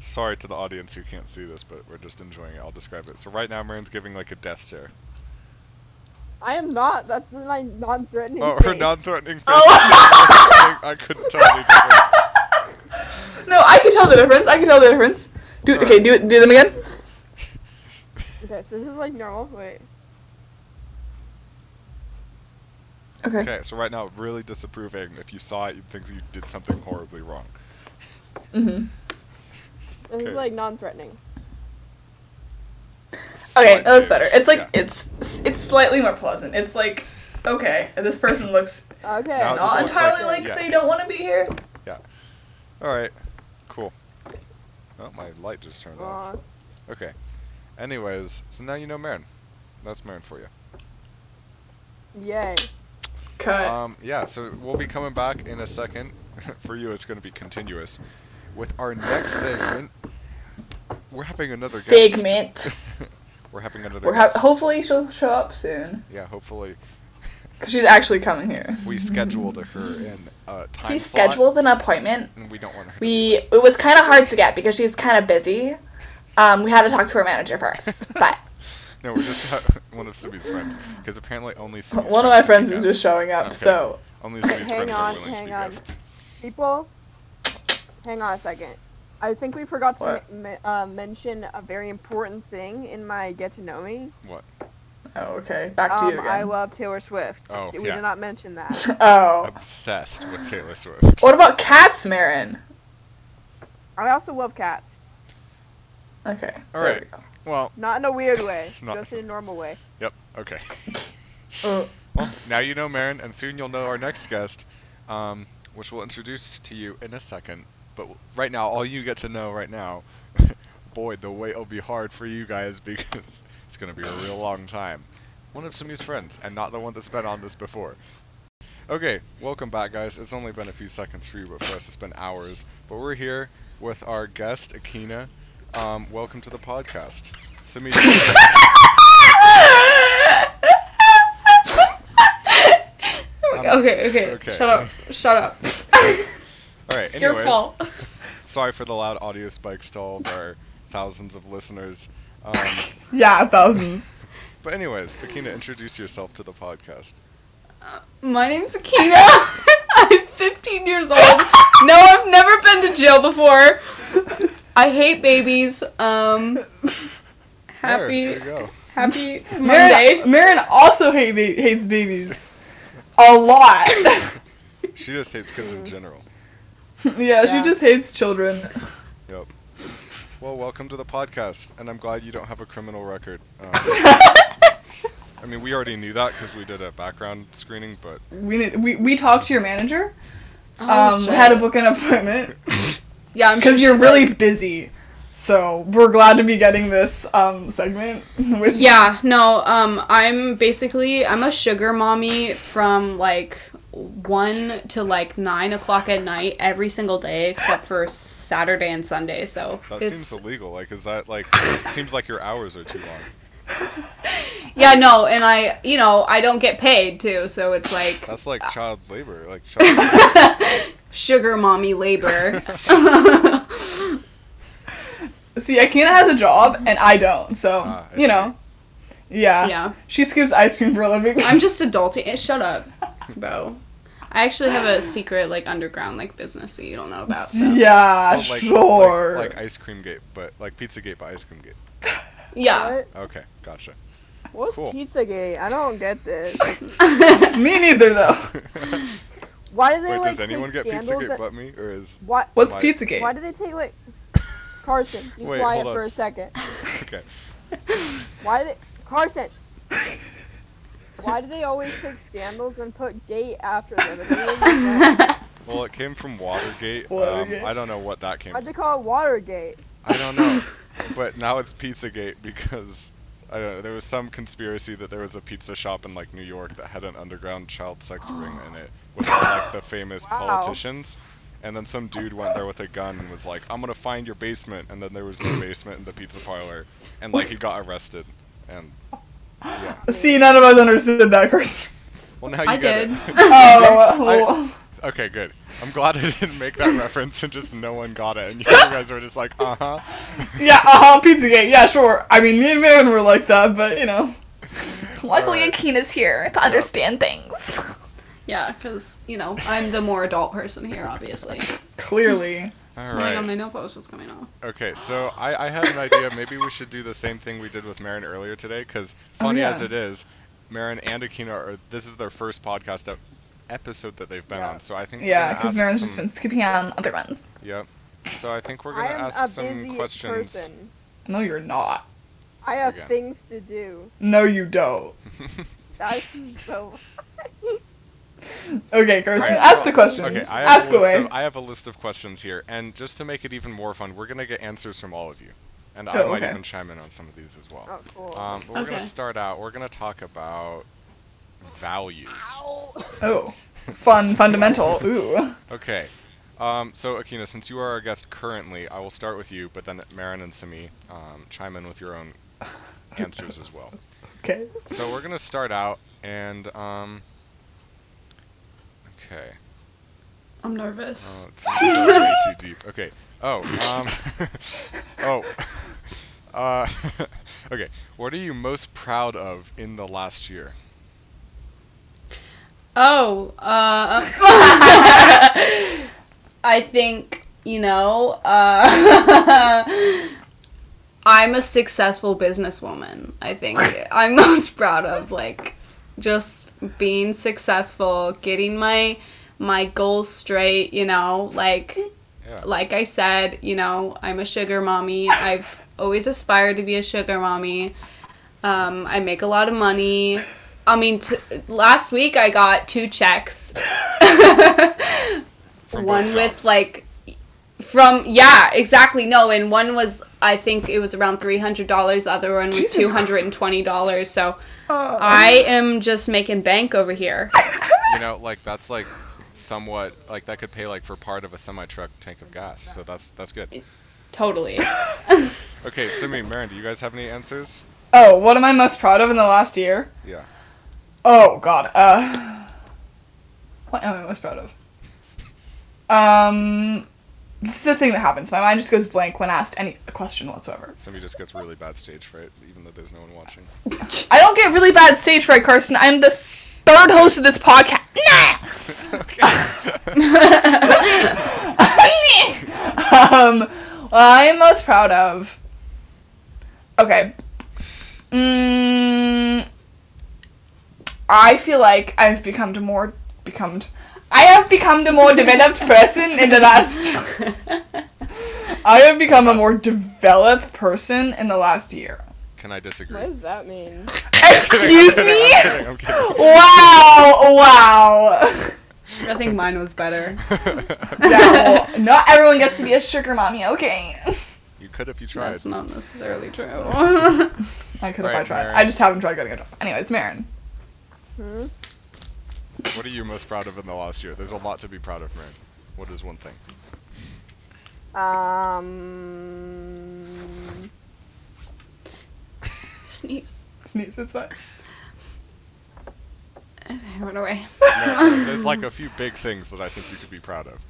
sorry to the audience who can't see this, but we're just enjoying it. I'll describe it. So right now, Marin's giving like a death stare. *laughs* I am not. That's my non-threatening. Oh, *laughs* her face. non-threatening face. *laughs* Oh. *laughs* I couldn't tell the *laughs* difference. No, I can tell the difference. I can tell the difference. Do okay, do do them again. Okay, so this is like normal. Wait. Okay. Okay, so right now, really disapproving. If you saw it, you'd think you did something *laughs* horribly wrong. Mhm. This Okay. is like non-threatening. Okay, Slight no, that's change. better. It's like Yeah. it's it's slightly more pleasant. It's like okay, this person looks Okay. Now not it just looks like- entirely like, yeah. they don't want to be here. All right, cool. Oh, my light just turned on. Wrong. Okay. Anyways, so now you know Marin. That's Marin for you. Yay. Cut. Um, yeah, so we'll be coming back in a second. *laughs* For you, it's going to be continuous. With our next segment, we're having another guest. Segment. *laughs* we're having another We're ha- guest. hopefully she'll show up soon. yeah, hopefully Cause she's actually coming here. we scheduled her in a time We slot, scheduled an appointment. and we don't want her. We it was kind of hard to get because she's kind of busy. Um, we had to talk to her manager *laughs* first, but No, we're just *laughs* ha- one of Sibby's friends because apparently only *laughs* Sibby's one of my friends can is be just guests. showing up, Okay. so Only Sibby's Hang friends on, are willing to hang be on. guests. People. Hang on a second. I think we forgot to What? m- uh, mention a very important thing in my get to know me. What? oh, okay, back to um, you again. I love Taylor Swift. Oh, we yeah. did not mention that. *laughs* oh, Obsessed with Taylor Swift. what about cats, Marin? I also love cats. Okay, All there right. we go. Well, Not in a weird way, *laughs* Not- just in a normal way. yep. Okay. Oh, Well, now you know Marin, and soon you'll know our next guest, um, which we'll introduce to you in a second. But w- right now, all you get to know right now, *laughs* boy, the wait will be hard for you guys *laughs* because it's going to be a real long time. One of Simi's friends, and not the one that's been on this before. Okay, welcome back, guys. It's only been a few seconds for you, but for us, it's been hours. But we're here with our guest, Akina. Um, welcome to the podcast. Simi, okay, *laughs* okay, okay. Shut up. Shut up. It's all right, your anyways. fault. *laughs* *laughs* Sorry for the loud audio spikes to all of our thousands of listeners. Um, Yeah, thousands. but anyways, Akina, introduce yourself to the podcast. My name's Akina. *laughs* I'm 15 years old. No, I've never been to jail before. I hate babies. Um, There, happy, there you go. happy Monday. *laughs* Marin, Marin also hate ba- hates babies. A lot. *laughs* She just hates kids in general. yeah, she Yeah. just hates children. Yep. Well, welcome to the podcast, and I'm glad you don't have a criminal record. *laughs* Um, I mean, we already knew that because we did a background screening, but We need, we we talked to your manager. Oh, um, we shit. had to book an appointment yeah, I'm because sure you're really busy. So we're glad to be getting this um segment *laughs* with Yeah, no, um, I'm basically I'm a sugar mommy from like one to like nine o'clock at night every single day except for Saturday and Sunday. So that *laughs* it's seems illegal. Like, is that like? it seems like your hours are too long. Yeah, no, and I, you know, I don't get paid too, so it's like That's Uh, like child labor. Like *laughs* child. sugar mommy *laughs* labor. *laughs* See, Akina has a job and I don't, so Ah, I you know. Yeah. yeah. She scoops ice cream for a living. I'm just adulting. eh, Shut up, bro. I actually have a secret like underground like business that you don't know about. *laughs* So. *laughs* yeah, Well, Oh, like, like- sure. *laughs* Like, ice cream gate, but like pizza gate, but ice cream gate. Yeah. Okay, gotcha. What? What's Cool. Pizzagate? I don't get this. Me neither *laughs* though. *laughs* Why do they Wait, like does anyone take get pizza scandals gate that- but me, *laughs* or is *laughs* why? What's Why- Pizzagate? Why do they take like Carson? You Wait, quiet hold on. for a second. okay? Why do they Carson? Why do they always take scandals and put gate after them? *laughs* It doesn't make sense. Well, it came from Watergate. Watergate. Um, I don't know what that came. Why'd they call it Watergate? I don't *laughs* know, but now it's Pizzagate because I don't know. There was some conspiracy that there was a pizza shop in like New York that had an underground *gasps* child sex ring in it with *laughs* all, like the famous Wow. politicians, and then some dude went there with a gun and was like, "I'm gonna find your basement," and then there was *coughs* no basement in the pizza parlor, and like he got arrested. And See, none of us understood that, *laughs* Kirsten. well, now you I get did. *laughs* it. Oh, well, Okay, good. I'm glad I didn't make that *laughs* reference and just no one got it, and you *laughs* guys were just like, "Uh huh." yeah, uh huh, Pizzagate, yeah, sure. I mean, me and Megan were like that, but you know. Luckily, Alright. Akina's here to understand things. Yeah, because you know I'm the more adult person here, obviously. Clearly. All Oh my god, right. my nail polish was coming off. Okay, so I, I had an idea. Maybe we should do the same thing we did with Marin earlier today, because funny as Oh, yeah. it is, Marin and Akina are. This is their first podcast ep- episode that they've been Yeah. on, so I think. we're Yeah, gonna because ask Marin's some- just been skipping out on other ones. *laughs* Yep. So I think we're I gonna am ask a some busy questions. person. No, you're not. I have Again. things to do. No, you don't. That's so. Okay, Kirsten, Alright, ask well, the questions. Okay, I have ask a list away. Of, I have a list of questions here, and just to make it even more fun, we're gonna get answers from all of you, and I Oh, might okay. even chime in on some of these as well. Oh, cool. Um, but we're Okay. gonna start out. We're gonna talk about values. Oh, fun, fundamental. Ooh. Okay. Um, so Akina, since you are our guest currently, I will start with you, but then Marin and Sami um, chime in with your own answers as well. Okay. So we're gonna start out, and um, okay. I'm nervous. Oh, it's way too deep. Okay. Oh. Um, *laughs* oh. Uh, *laughs* okay. What are you most proud of in the last year? Oh, uh, *laughs* I think, you know, uh, *laughs* I'm a successful businesswoman. I think I'm most proud of like just being successful, getting my my goals straight, you know, like Yeah. like I said, you know, I'm a sugar mommy. I've always aspired to be a sugar mommy. Um, I make a lot of money. I mean, t- last week I got two checks. From both one with jobs. like from yeah, exactly. No, and one was I think it was around three hundred dollars. The other one was Jesus two hundred and twenty dollars. So Oh. I am just making bank over here. You know, like that's like somewhat like that could pay like for part of a semi truck tank of gas. So that's that's good. totally. Okay, Simi, Marin, do you guys have any answers? Oh, what am I most proud of in the last year? Yeah. Oh God. Uh, what am I most proud of? Um, this is the thing that happens. My mind just goes blank when asked any question whatsoever. Simi just gets really bad stage fright, even though there's no one watching. I don't get really bad stage fright, Carson. I'm the s- third host of this podcast. Nah. *laughs* um, what I'm most proud of. Okay. Mm, I feel like I've become a more become. I have become a more developed person in the *laughs* last. I have become a more developed person in the last year. Can I disagree? *laughs* What does that mean? *laughs* Excuse I'm me? kidding, I'm *laughs* kidding. Wow! *laughs* Wow! I think mine was better. No, not everyone gets to be a sugar mommy. Okay. You could if you tried. That's not necessarily true. *laughs* I could if I Alright, tried. Marin. I just haven't tried getting a job. Anyways, Marin. Hmm? What are you most proud of in the last year? There's a lot to be proud of, Marin. What is one thing? Um. Sneeze. sneeze. It's fine. I run away. No, there's like a few big things that I think you could be proud of.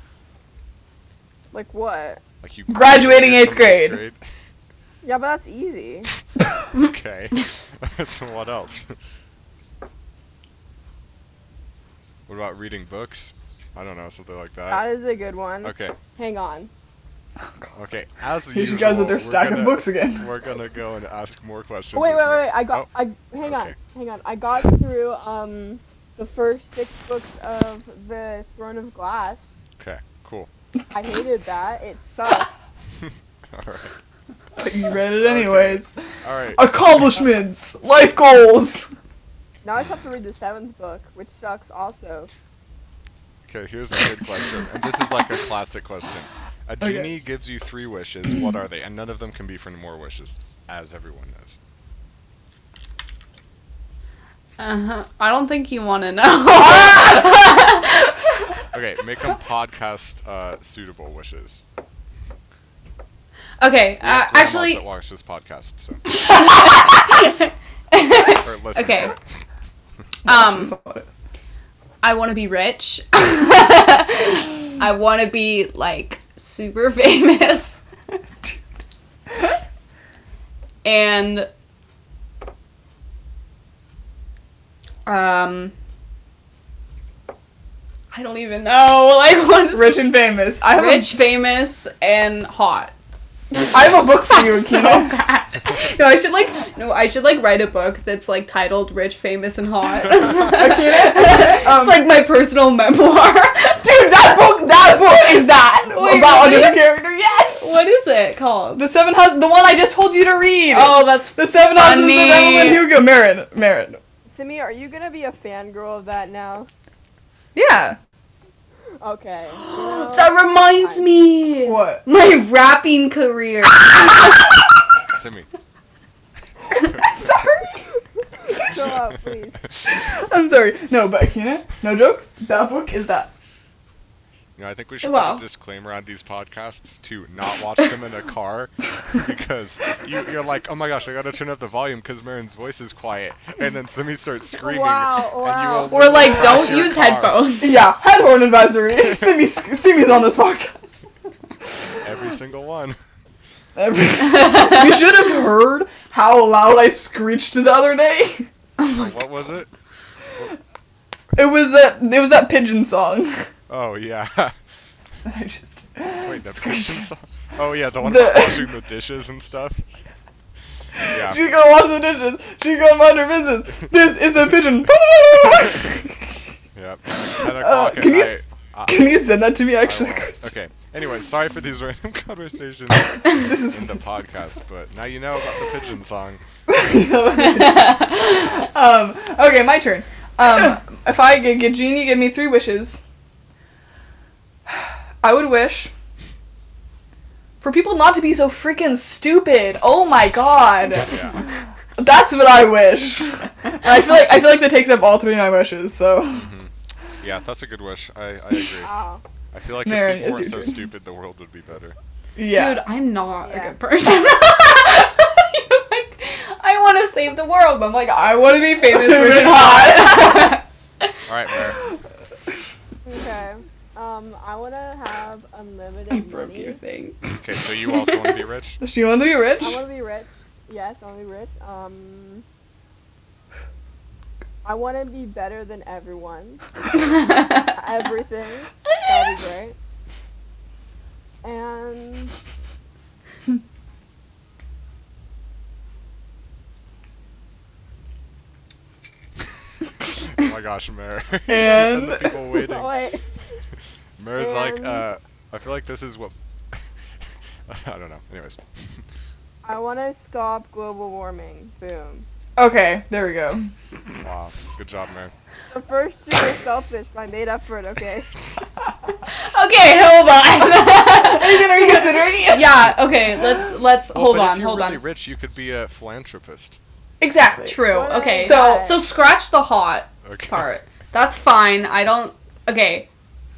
Like what? Like you Graduating eighth from grade. Yeah, but that's easy. *laughs* Okay. *laughs* so what else? What about reading books? I don't know, something like That that. is a good one. Uh, Okay, Hang on. okay. *laughs* As Here usual, she goes with we're her stack gonna, of books again. We're gonna go and ask more questions. Wait, wait, as wait. we- I got. Oh, I hang on, okay. hang on. I got through um the first six books of the Throne of Glass. okay, cool. *laughs* I hated that. It sucked. All right, But you read it anyways. all right. Oh. Accomplishments, life goals. now I just have to read the seventh book, which sucks also. Okay, here's a good question, and this is like a classic question. A Okay. genie gives you three *clears throat* wishes. What are they? And none of them can be for more wishes, as everyone knows. Uh-huh. I don't think you want to know. Okay, make *laughs* them podcast uh, suitable wishes. *laughs* okay, We have uh, grandmas actually, that watch this podcast, *laughs* so *laughs* or listen Okay. *laughs* to it. um, That's what it is. I want to be rich. *laughs* I want to be like super *laughs* famous. and um I don't even know. *laughs* Like what is Rich and famous. I have rich, famous and hot. A, I have a book for you, so Akina. bad. No, I should like no, I should like write a book that's like titled Rich, Famous and *laughs* Hot. *laughs* Akina, *laughs* Akina, um, it's like my personal *laughs* memoir. dude, that book, that book is that Wait, about really? a different character. Yes. what is it called? The seven hus- the one I just told you to read. Oh, that's the seven husbands of funny. Evelyn Hugo. Marin, Marin. Simi, are you gonna be a fangirl of that now? Yeah. *gasps* Okay. you know, that reminds *laughs* me. What? *laughs* My rapping career. Simi. I'm sorry. Chill out, please. *laughs* I'm sorry. No, but Akina, no joke. That book is that. You know, I think we should Wow. put a disclaimer on these podcasts to not watch them in a *laughs* car because you, you're like, oh my gosh, I gotta turn up the volume because Marin's voice is quiet, and then Simi starts screaming, Wow, wow. and you will Or like, crash don't your use car. headphones. *laughs* Yeah, headhorn *laughs* advisory. Simi, Simi's on this podcast. Every *laughs* single one. Every- you should have heard how loud I screeched the other day. Oh what was it? It was that. It was that pigeon song *laughs* Oh yeah. *laughs* that I just. Wait, the screeched. Christian song. Oh yeah, the one The- about washing the dishes and stuff. Yeah. She's gonna wash the dishes. She's gonna mind her business. This is a pigeon. *laughs* Yep. Like Ten o'clock at Oh, can you night. s- I- Can you send that to me, I actually, won't. Kristen? Okay. Anyway, sorry for these *laughs* random conversations This is *laughs* in the podcast, but now you know about the pigeon song. *laughs* *laughs* um, okay, my turn. Um, if I could get Genie, give me three wishes. I would wish for people not to be so freaking stupid. Oh my god, Yeah. that's what I wish. And I feel like I feel like that takes up all three of my wishes. So Yeah, that's a good wish. I, I agree. Wow. I feel like Mary, if people it's weren't so your turn. stupid, the world would be better. yeah, Dude, I'm not Yeah. a good person. *laughs* You're like, I want to save the world. I'm like, I want to be famous, rich, *laughs* and hot. All right, Mary. Okay. Um, I wanna have unlimited *laughs* I money. broke your thing. *laughs* Okay, so you also want to be rich? does she want to be rich? I want to be rich. Yes, I want to be rich. Um, I want to be better than everyone. Everything. That'd be great. And Oh my gosh, Mary. *laughs* And- the people waiting. oh, *laughs* wait, Mary's like, And- uh, I feel like this is what. *laughs* I don't know. Anyways. I want to stop global warming. Boom. Okay, there we go. Wow. Good job, Mary. The first two were selfish, but I made up for it. Okay. Okay, hold on. *laughs* Are you gonna reconsider it? yeah. Okay. Let's let's Oh, hold but on. If you're Hold really on. rich, you could be a philanthropist. Exactly. True. What Okay. I So got. so scratch the hot. Okay. *laughs* part. That's fine. I don't. Okay,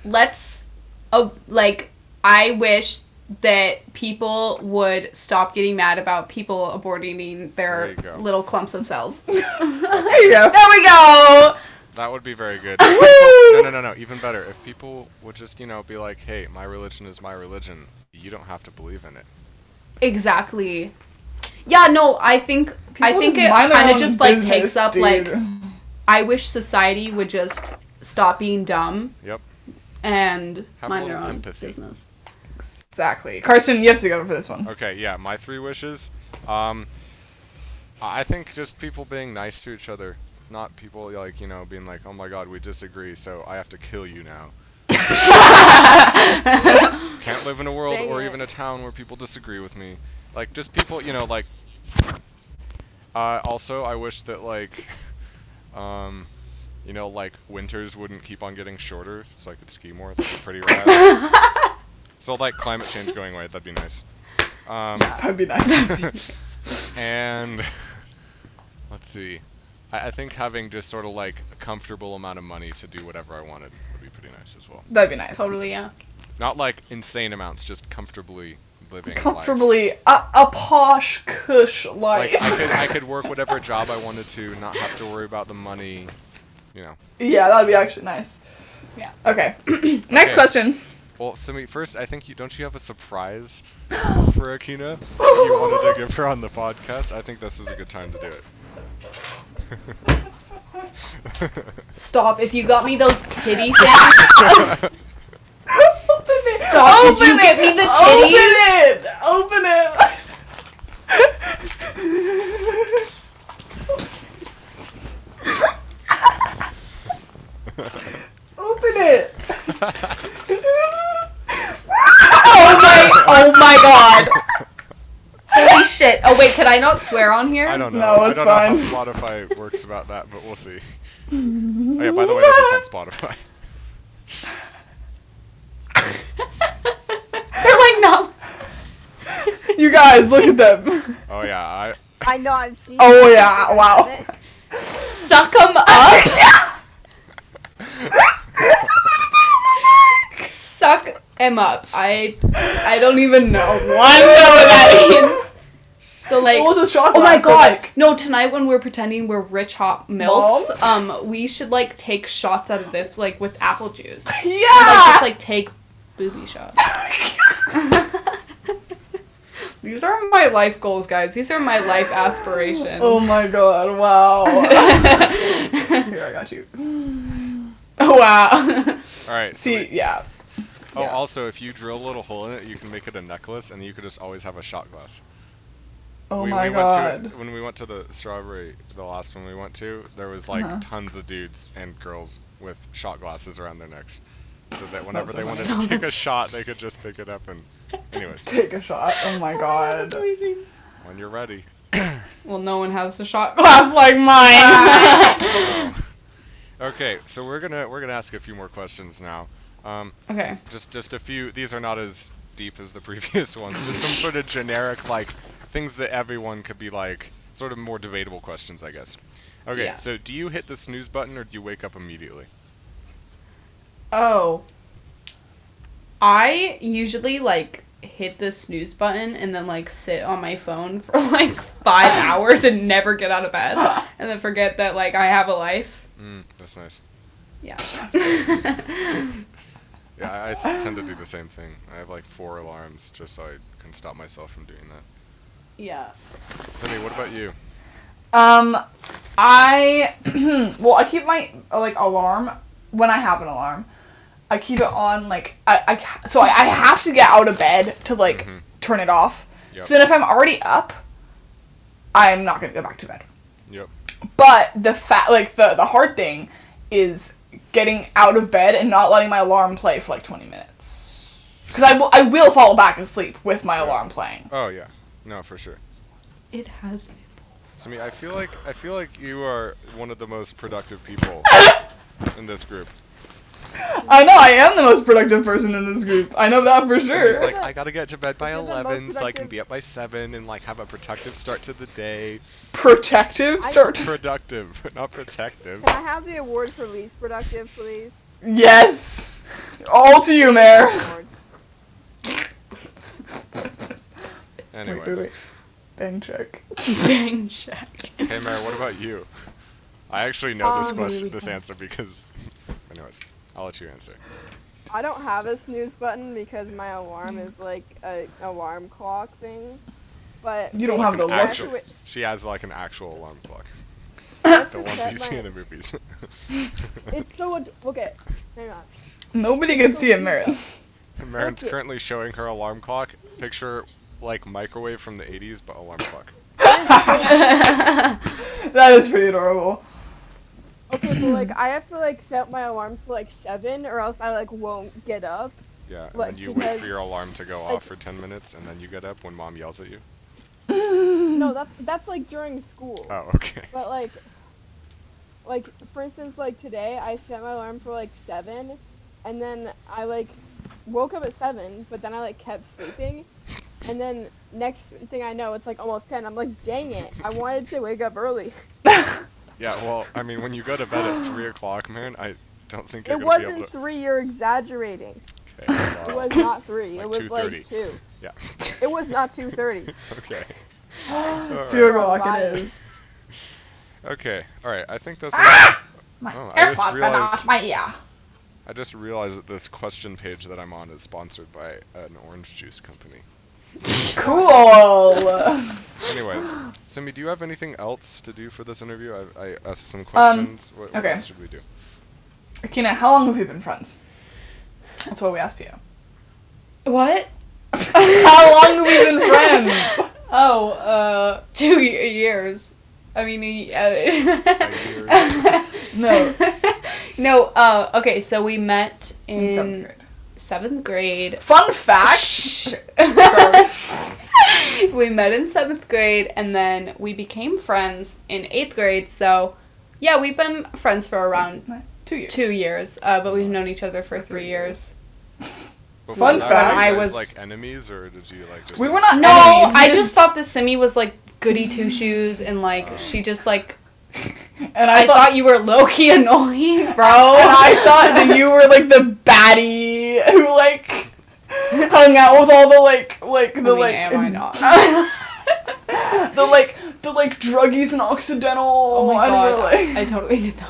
let's. Oh, like I wish that people would stop getting mad about people aborting There their you go. little clumps of *laughs* cells. There you go. There we go. That would be very good. no, no, no, no. Even better. If people would just, you know, be like, hey, my religion is my religion. You don't have to believe in it. Exactly. Yeah, no, I think I People think just it mind their kind of own just like business, takes up dude. like I wish society would just stop being dumb Yep. and Have a mind their little own empathy. business. exactly. Carson, you have to go for this one. Okay, yeah, my three wishes. Um, I I think just people being nice to each other, not people like you know being like, oh my god, we disagree, so I have to kill *laughs* you now. Can't live in a world Dang or it. even a town where people disagree with me. Like just people, you know, like. Uh, also, I wish that like, um, you know, like winters wouldn't keep on getting shorter, so I could ski more. That'd be pretty *laughs* rad. so like climate change going away, that'd be nice. Um, That'd be *laughs* nice. and *laughs* let's see. I, I think having just sort of like a comfortable amount of money to do whatever I wanted would be pretty nice as well. That'd be nice. Totally, yeah. Not like insane amounts, just comfortably living. life. Comfortably, a, a posh, cush life. Like I *laughs* could, I could work whatever job I wanted to, not have to worry about the money. You know. yeah, that'd be actually nice. Yeah. Okay. *clears throat* Next Okay. question. Well, Simi, first I think you don't you have a surprise for *gasps* Akina that you wanted to give her on the podcast. I think this is a good time to do it. Stop. If you got me *laughs* those titty things, stop. Did you Open get it! me the Open titties? it! Open it! Open it! Oh my, oh my god. Holy shit. Oh wait, could I not swear on here? *laughs* I don't know. No, it's I don't fine. know how Spotify *laughs* works about that, but *laughs* we'll see. Oh, yeah, by the way, this is on Spotify. *laughs* They're like not. you guys, look at them. Oh yeah, I I know I've seen. Oh, it. yeah, wow. I've seen it. Suck them *laughs* up. Suck em up. I I don't even *laughs* know. I don't know what that means. So like. what was a shock Oh my laugh, so, god! like, No, tonight when we're pretending we're rich hot milfs, Moms? um, we should like take shots out of this like with apple *laughs* juice. Like yeah! just like take booby shots. *laughs* These are my life goals, guys. These are my life aspirations. *laughs* oh my god, wow. Here, I got you. wow. *laughs* all right. so See, wait. yeah. oh, yeah. also, if you drill a little hole in it, you can make it a necklace, and you could just always have a shot glass. Oh we, my we god. Went to, when we went to the strawberry, the last one we went to, there was like Uh-huh. tons of dudes and girls with shot glasses around their necks, so that whenever they wanted That's so to take a nice. shot, they could just pick it up and. *laughs* Anyways, Take a shot. Oh my god. when you're ready. Well, no one has a shot glass like mine. *laughs* Okay, so we're gonna we're gonna ask a few more questions now. Um, okay. just just a few these are not as deep as the *laughs* previous ones just some sort of generic like things that everyone could be like sort of more debatable questions i guess okay Yeah. so do you hit the snooze button or do you wake up immediately Oh. I usually like hit the snooze button and then like sit on my phone for *laughs* like *laughs* five hours and never get out of bed and then forget that like I have a life. mm, that's nice Yeah. *laughs* yeah I, I s- tend to do the same thing i have like four alarms just so i can stop myself from doing that yeah. simi what about you Um, I *clears throat* well, I keep my uh, like alarm when I have an alarm. I keep it on like I, I ca- so I, I have to get out of bed to like Mhm. turn it off. Yep. So then if I'm already up, I'm not gonna go back to bed. yep But the fat like the the hard thing is getting out of bed and not letting my alarm play for like 20 minutes. Because I will- I will fall back asleep with my alarm playing. oh yeah no for sure It has simi i feel like i feel like you are one of the most productive people in this group I know I am the most productive person in this group. I know that for sure. It's like I gotta get to bed by Isn't that most eleven, so I can productive? be up by seven and like have a productive start to the *laughs* day. protective I- start to Productive, not protective. Can I have the award for least productive, please? yes all to you mayor Award. Anyways. Bang check. *laughs* Bang check. Hey, Mary, what about you? I actually know this Um, question, this answer because. Anyways, I'll let you answer. I don't have a snooze button because my alarm is like a alarm clock thing. But You don't have an I alarm? have to Actually, wait- she has like an actual alarm clock, I *laughs* have the to ones set you see my- in the *laughs* movies. *laughs* It's so ad- okay. Hang on. Nobody can see it, Marin. Marin's Okay. currently showing her alarm clock. Picture like microwave from the 80s, but alarm clock. That is pretty adorable. Okay, so like I have to like set my alarm to like seven, or else I like won't get up. Yeah, and Like, then you wait for because- your alarm to go like- off for 10 minutes, and then you get up when mom yells at you. No, that's that's like during school. Oh, okay. But like, like for instance, like today I set my alarm for like seven, and then I like woke up at seven, but then I like kept sleeping, and then next thing I know, it's like almost ten. I'm like, dang it! I wanted to wake up early. Yeah, well, I mean, when you go to bed at 3 o'clock, Marin, I don't think you're It going to be wasn't able to. three. You're exaggerating. Okay, It *laughs* well, was *coughs* not three. Like it was 2:30. like two. Yeah, It was not two *laughs* thirty. okay. Two Alright. o'clock Bye. it is. Okay, alright, I think that's enough. Ah! My Oh, I just AirPod went realized- off my ear. I just realized that this question page that I'm on is sponsored by an orange juice company. Cool. *laughs* *gasps* Anyways, Simi, do you have anything else to do for this interview? I, I asked some questions. what, what Um, okay. else should we do? Akina, how long have you been friends? That's what we asked you. What? *laughs* How long have we been friends? Oh, uh, two y- years. I mean, a, uh, *laughs* *laughs* Years. No. no. Uh, okay, so we met in, In seventh grade. Seventh grade. Fun fact. Shh. *laughs* Sorry. we met in seventh grade, and then we became friends in eighth grade. So, yeah, we've been friends for around Two years. two years, uh, but we've known Nice. each other for three years. Before Fun that, fact- were you I guys, was- like enemies, or did you like just? We were not No, enemies. we I just thought that Simi was like goody two shoes, and like she just like and I, I thought, thought you were low key *laughs* annoying, bro. *laughs* and I *laughs* thought that you were like the baddie who like hung out with all the like like the I mean, like am Oh, I not? Oh the like the like druggies and Occidental Oh my and god, we're like I totally did though.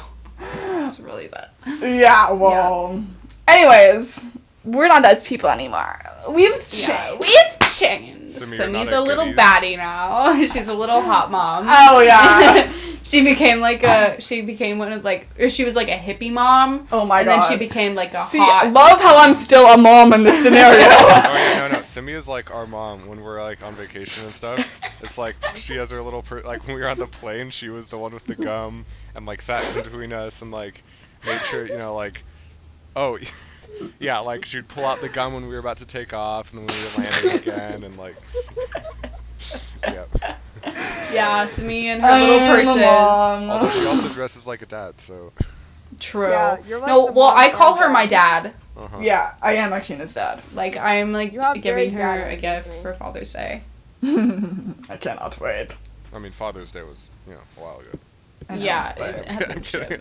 It's really sad. *laughs* yeah well anyways we're not those people anymore we've changed Yeah, we've changed. Simi, Simi's you're not a a little goodies. baddie now. *laughs* She's a little hot mom. oh *laughs* *laughs* yeah Uh, she became like a she became one of like or she was like a hippie mom. oh my and god then she became like a see hot love how I'm still a mom in this *laughs* scenario Oh yeah, no, no. Simi is like our mom when we're like on vacation and stuff. It's like she has her little per- like when we were on the plane, she was the one with the gum and like sat in between us and like made sure you know like oh *laughs* yeah like she'd pull out the gum when we were about to take off and when we were landing again and like yeah. Yeah, Simi and her I little am a purses. mom. Although she also dresses like a dad, so True. Yeah, you're like no, the well, mom I call her and my dad. uh-huh. yeah I am Akina's dad Like I'm like You have giving very her a dad gift energy. for Father's Day. I cannot wait I mean Father's Day was you know a while ago. I know, yeah, but- *laughs* it had I'm been kidding. *laughs*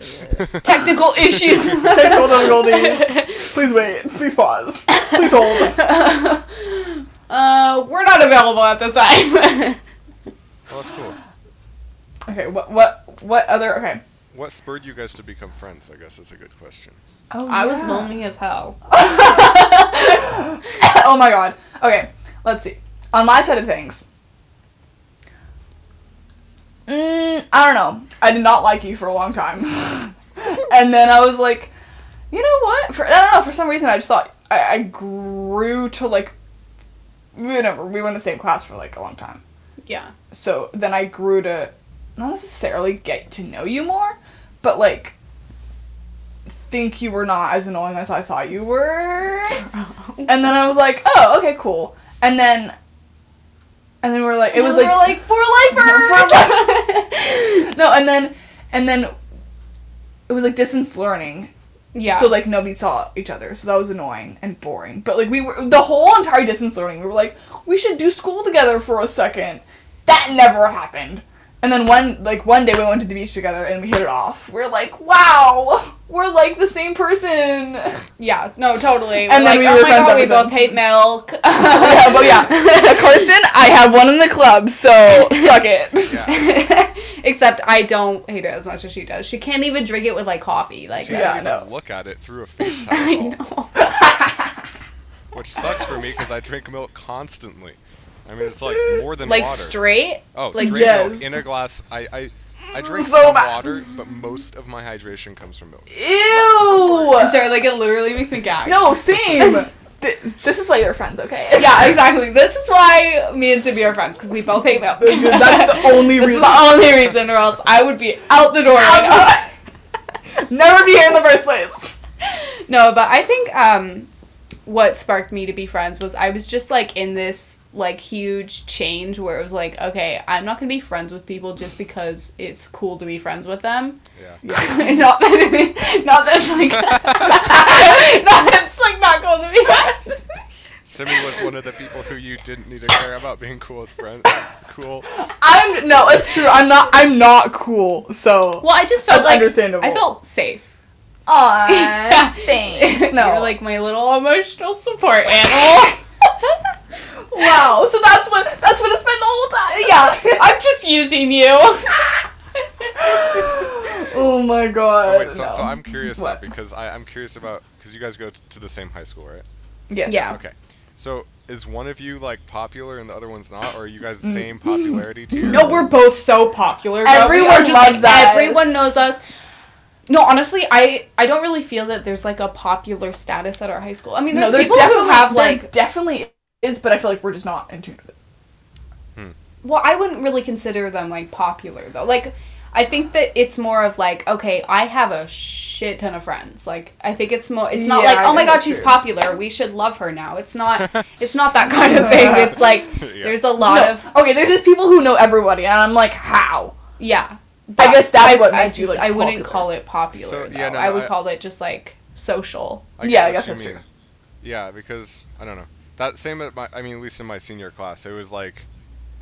technical issues. Take hold *laughs* on goldies. Please wait. Please pause. Please hold. *laughs* uh, we're not available at this time. *laughs* Well, that's cool. *laughs* Okay. What? What? What other? Okay. What spurred you guys to become friends? I guess is a good question. Oh, I was lonely as hell. *laughs* oh my god. Okay. Let's see. On my side of things. Mm, I don't know. I did not like you for a long time, *laughs* and then I was like, you know what? For I don't know. For some reason, I just thought I, I grew to like. Whatever. We were in the same class for like a long time. Yeah. so then I grew to not necessarily get to know you more, but like think you were not as annoying as I thought you *laughs* were. and then I was like, oh, okay, cool. And then and then we are like it was We like, were like for lifers. *laughs* no, and then and then it was like distance learning. yeah. So like nobody saw each other. So that was annoying and boring. But like we were the whole entire distance learning, we were like, we should do school together for a second. That never happened. And then one like one day we went to the beach together and we hit it off. We're like, wow, we're like the same person. *laughs* Yeah, no, totally. And then Like, we oh were my friends God, ever we both since. hate milk. *laughs* yeah, but *laughs* yeah, Uh, Kirsten, I have one in the club, so suck *laughs* it. Yeah. *laughs* Except I don't hate it as much as she does. She can't even drink it with like coffee. Like She Yeah, I doesn't know. look at it through *laughs* a face *laughs* I towel, know. which sucks for me because I drink milk constantly. I mean, *gasps* it's like more than like water. straight. oh, like- straight Yes. milk in a glass. I I, I drink So some bad. water, but most of my hydration comes from *laughs* milk. I'm Ew. sorry, like it literally makes me gag. No, same. Th- this is why you're friends, okay? Yeah, exactly. This is why me and Sibby are friends because we both hate milk. That's *laughs* the only That's reason. the only reason, or else I would be out the door. right now. Never be here in the first place. *laughs* No, but I think um, what sparked me to be friends was I was just like in this like huge change where it was like, okay, I'm not gonna be friends with people just because it's cool to be friends with them. Yeah. *laughs* not that, not that's like, *laughs* not that's like not cool to be friends. Simi was one of the people who you didn't need to care about being cool with friends. *laughs* Cool. I'm no, it's true. I'm not. I'm not cool. So. Well, I just felt That's like understandable. I felt safe. Aw, *laughs* Yeah. thanks. You're like my little emotional support *laughs* animal. *laughs* wow. So that's what that's what it's been the whole time. yeah, I'm just using you. *gasps* oh my god. Oh, wait, so, Uh, no. so I'm curious though, What? because I, I'm curious about because you guys go t- to the same high school, right? Yes. Yeah. Okay. So is one of you like popular and the other one's not, or are you guys Mm. the *laughs* same popularity tier? No, we're both so popular. bro. We *laughs* Everyone are just, loves us. Everyone knows us. No, honestly, I I don't really feel that there's like a popular status at our high school. I mean, there's, no, there's people definitely who have there like. definitely is, but I feel like we're just not in tune with it. Well, I wouldn't really consider them like popular though. Like, I think that it's more of like, okay, I have a shit ton of friends. Like, I think it's more. It's not Yeah, like, I oh my think god, that's she's true. popular. We should love her now. *laughs* It's not. it's not that kind of thing. It's like *laughs* Yeah. there's a lot No. of okay, there's just people who know everybody, and I'm like, how? yeah. I guess that's I, what I makes you, just- like, I wouldn't popular. call it popular. So, though. yeah, no, I would I- call it just like social. get Yeah, I what guess you that's true. Yeah, because I don't know. That same at my, I mean, at least in my senior class, it was like,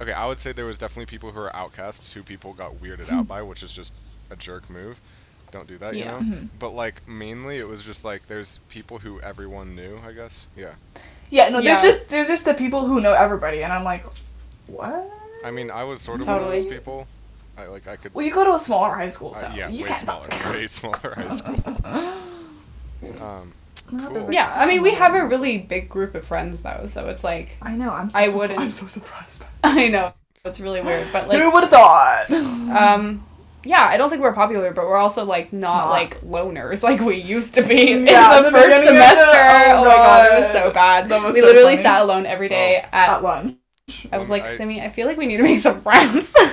okay, I would say there was definitely people who are outcasts who people got weirded Hmm. out by, which is just a jerk move. Don't do that, you Yeah. know. hmm. But like mainly, it was just like there's people who everyone knew, I guess. Yeah. Yeah, no, Yeah. there's just there's just the people who know everybody, and I'm like, what? I mean, I was sort of one Totally. of those people. I like I could. Well, you go to a smaller high school, so uh, yeah, you way can't- smaller, way smaller *laughs* high school. Um, Not that Cool. big. Yeah, I mean, we have a really big group of friends though, so it's like *laughs* I know. I'm. So I surpri- wouldn't. I'm so surprised. By I know it's really weird, but Who like, would have thought? um, yeah, I don't think we're popular, but we're also like not Not. like loners *laughs* like we used to be in Yeah, the the first beginning of semester. the- oh, oh my god, it was God. so bad. That was we so literally funny. sat alone every day At at. lunch. I was Um, like, I- Simi, I feel like we need to make some friends. *laughs*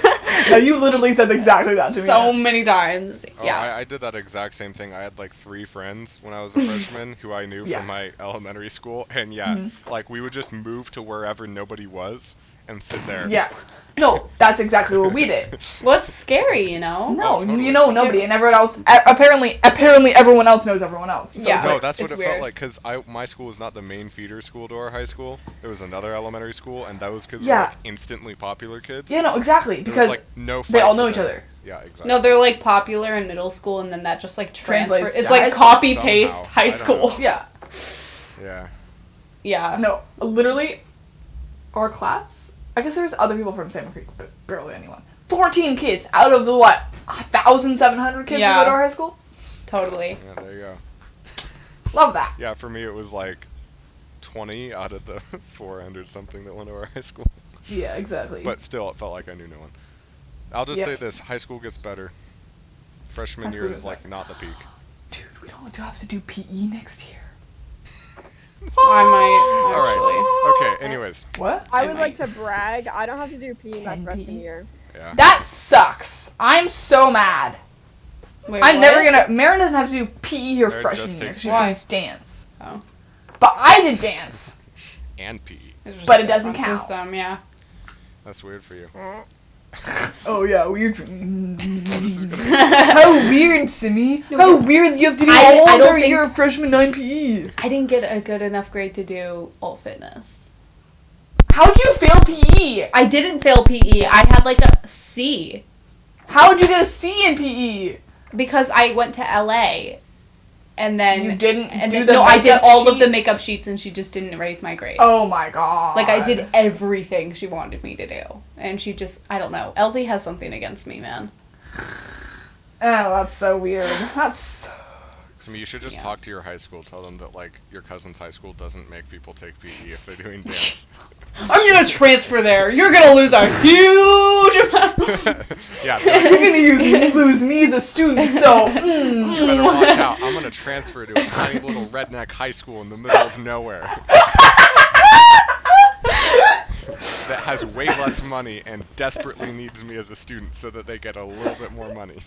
No, you literally said exactly that to me. so many times. Oh, yeah. I, I did that exact same thing. I had like three friends when *laughs* I was a freshman who I knew Yeah. Mm-hmm. from my elementary school, and yeah, like we would just move to wherever nobody was and sit there. Yeah. No, that's exactly what we *laughs* did. What's scary, you know? No, Oh, totally. you know nobody, and everyone else. a- apparently, apparently everyone else knows everyone else. So Yeah. it's No, like- Right. that's what It's it weird. felt like because I my school was not the main feeder school to our high school. It was another elementary school, and those kids Yeah. were like instantly popular kids. yeah, no, exactly There because was, like no they fight all for know each them. other. Yeah, exactly. No, they're like popular in middle school, and then that just like transfer. Translates It's to high like school copy paste somehow. high I don't school. *laughs* know. yeah, Yeah. Yeah. no, literally, our class. I guess there's other people from Salmon Creek, but barely anyone. Fourteen kids out of the what thousand seven hundred kids Yeah. who go to our high school. Totally. Yeah. There you go. Love that. Yeah, for me it was like twenty out of the *laughs* four hundred something that went to our high school. Yeah, exactly. But still, it felt like I knew no one. I'll just Yep. say this: high school gets better. Freshman High school year gets is like not the peak. dude, we don't have to do PE next year. *laughs* I might All actually. right. Okay. Anyways, What? I I would like might. to brag. I don't have to do PE my Can freshman be. year. yeah. That sucks. I'm so mad. Wait, I'm what? never gonna. Marin doesn't have to do PE or Marin freshman just year. takes She Why? does dance. Oh. But I did dance. and PE. It's just but a it doesn't different count. *laughs* System, yeah. That's weird for you. Oh yeah, weird. This is *laughs* gonna How weird, Simi. How weird you have to do I- I all don't their think- year of freshman nine E. PE. I didn't get a good enough grade to do alt fitness. How'd you fail E? PE? E. I didn't fail PE. I had like a C. How would you get a C in E? PE? because I went to LA, and then You didn't and do then- the no, I did makeup all of the sheets? makeup sheets, and she just didn't raise my grade. Oh my god. Like I did everything she wanted me to do, and she just I don't know. Elsie has something against me, man. Oh, that's so weird. That's So you should just Yeah. talk to your high school. Tell them that like your cousin's high school doesn't make people take PE if *laughs* they're doing dance. I'm gonna transfer there. You're gonna lose a huge amount. yeah, they're like, You're gonna use, lose me as a student, so mm. you *laughs* better watch out. I'm gonna transfer to a tiny little redneck high school in the middle of nowhere *laughs* that has way less money and desperately needs me as a student so that they get a little bit more money.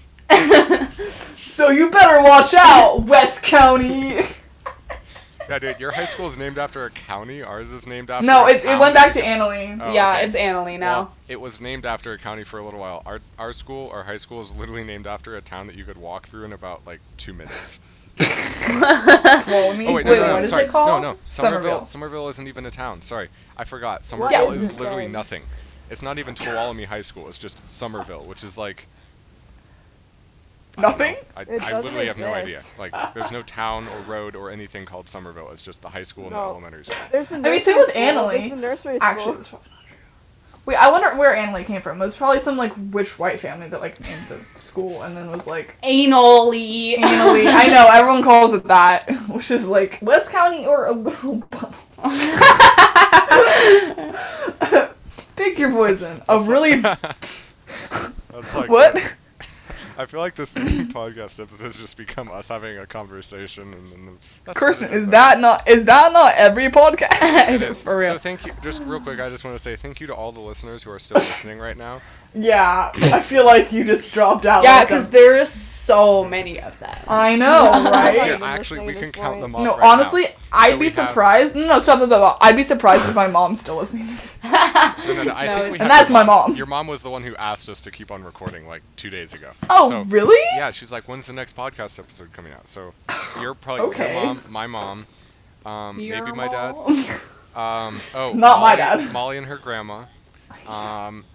so you better watch out, West County. Yeah, dude, your high school is named after a county. Ours is named after No, a it, it town. went back to Annalee. Oh, yeah, okay. it's Annalie now. Well, it was named after a county for a little while. Our our school, our high school, is literally named after a town that you could walk through in about like two *laughs* minutes. Tuolumne. Oh wait, no, Wait, no, no, what is sorry. it called? No, no, Somerville. Somerville. Somerville isn't even a town. Sorry, I forgot. What Somerville is is it literally called? nothing. It's not even Tuolumne High School. It's just Somerville, which is like I don't know. Nothing? I, It I doesn't literally have no idea. exist. Like, there's no town or road or anything called Somerville. It's just the high school and the No. elementary school. There's the mean, nursery same with school. Annalee. There's the nursery school. Actually, it's probably not true. Wait, I wonder where Annalee came from. It was probably some like rich white family that like named the school and then was like Annalie. Annalee. *laughs* I know everyone calls it that, *laughs* which is like West County or a little bubble. *laughs* Pick your poison. A really That's *laughs* like what? I feel like *coughs* this podcast episode has just become us having a conversation, and then the, that's Kirsten, really is it. that not is that not every podcast? *laughs* *laughs* It is. For real. So thank you. Just real quick, I just want to say thank you to all the listeners who are *laughs* still listening right now. yeah, I feel like you just dropped out. yeah, like a- because there is so many of them. I *laughs* know, right? Here, Right. actually, we can count them off. No, right now. honestly, I'd So be we have- surprised. No, no, stop, stop, stop. I'd be surprised if my mom's still listening. to this. No, no, no, *laughs* I *laughs* No, think we it's- And have that's your my mom. Your mom was the one who asked us to keep on recording like two days ago. Oh, So- really? Yeah, she's like, "When's the next podcast episode coming out?" So you're probably Okay. your mom, my mom, um, maybe Your my dad. *laughs* mom. Um, *laughs* oh, Not my Molly- dad. Molly and her grandma. Um,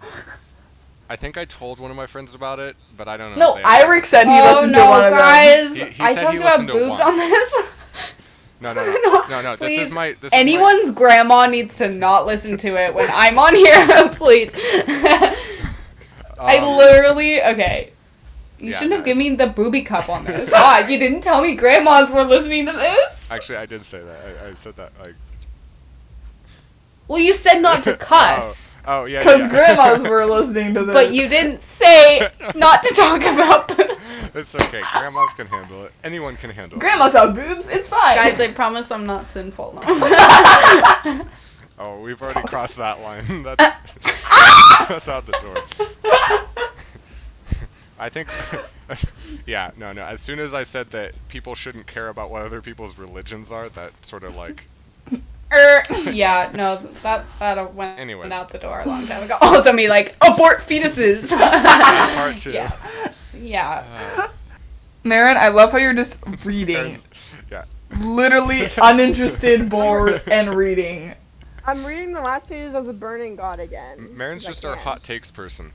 I think I told one of my friends about it, but I don't know. No, if they actually- Eirik said he oh listened no, to one of *laughs* them. guys! He- he I said talked he about listened to boobs one. on this. No, *laughs* no, no, no, no. This please. is my. *laughs* This is my- Anyone's grandma needs to not listen to it when I'm on here, *laughs* please. I um, literally okay. You Yeah, shouldn't have no, given me the booby cup *laughs* on this. God, you didn't tell me grandmas were listening to this. Actually, I did say that. I, I said that like. Well, you said not *laughs* to cuss, Oh, oh yeah. Because yeah. grandmas were listening to this. *laughs* but you didn't say not to talk *laughs* about. boobs. It's okay. Grandmas can handle it. Anyone can handle it. Grandmas have boobs. It's fine. Guys, I promise I'm not sinful. No. Oh, we've *laughs* already crossed that line. *laughs* That's Uh, *laughs* that's out the *laughs* door. I think. *laughs* yeah. No. No. As soon as I said that people shouldn't care about what other people's religions are, that sort of like. *laughs* Er, yeah, no, that that went Anyways. out the door a long time ago. *laughs* Also, me like abort fetuses. *laughs* Part two. Yeah. yeah, Marin, I love how you're just reading. Parents- Yeah. *laughs* Literally uninterested, bored, and reading. I'm reading the last pages of The Burning God again. Marin's 'cause I just our can't. hot takes person.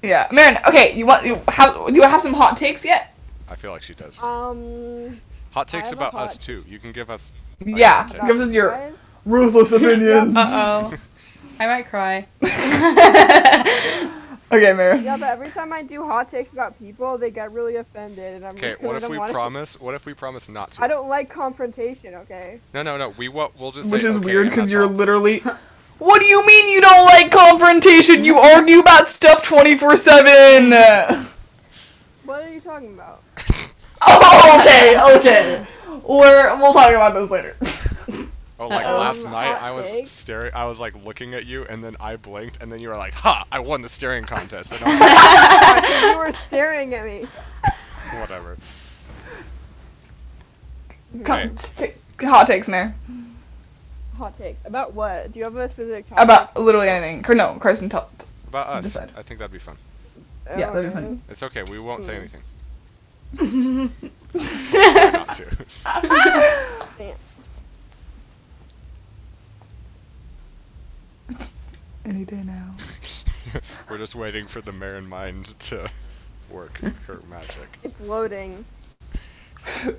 Yeah, Marin. Okay, you want you have do you have some hot takes yet? I feel like she does. Um. Hot takes have a about us hot- too. You can *laughs* give us. yeah, hot takes. give us your guys, ruthless opinions. Uh oh. I might cry. Okay, Marin. Yeah, but every time I do hot takes about people, they get really offended, and I'm Okay. like, What I if don't we wanna- promise? What if we promise not *laughs* to? I don't like confrontation. Okay. No, no, no. We what? We'll just. Which say, is okay, weird and because that's you're all. literally. What do you mean you don't like confrontation? You argue about stuff 24 7! What are you talking about? *laughs* Oh, okay, okay. We're, we'll talk about this later. Oh, like Uh-oh. last Um, night, I hot was take? staring. I was like looking at you, and then I blinked, and then you were like, "Ha! I won the staring contest." And I'm like, you were staring at me. whatever. Come, t- hot takes, Mayor. Hot take about what? Do you have a specific topic? About literally anything. Cur- No, Carson, *laughs* tell. t- About us, Decide. I think that'd be fun. Oh, yeah, that'd be okay. funny. It's okay. We won't Hmm. *laughs* say anything. We'll try not to. Any day now. We're just waiting for the Marin mind to work her magic. *laughs* It's loading.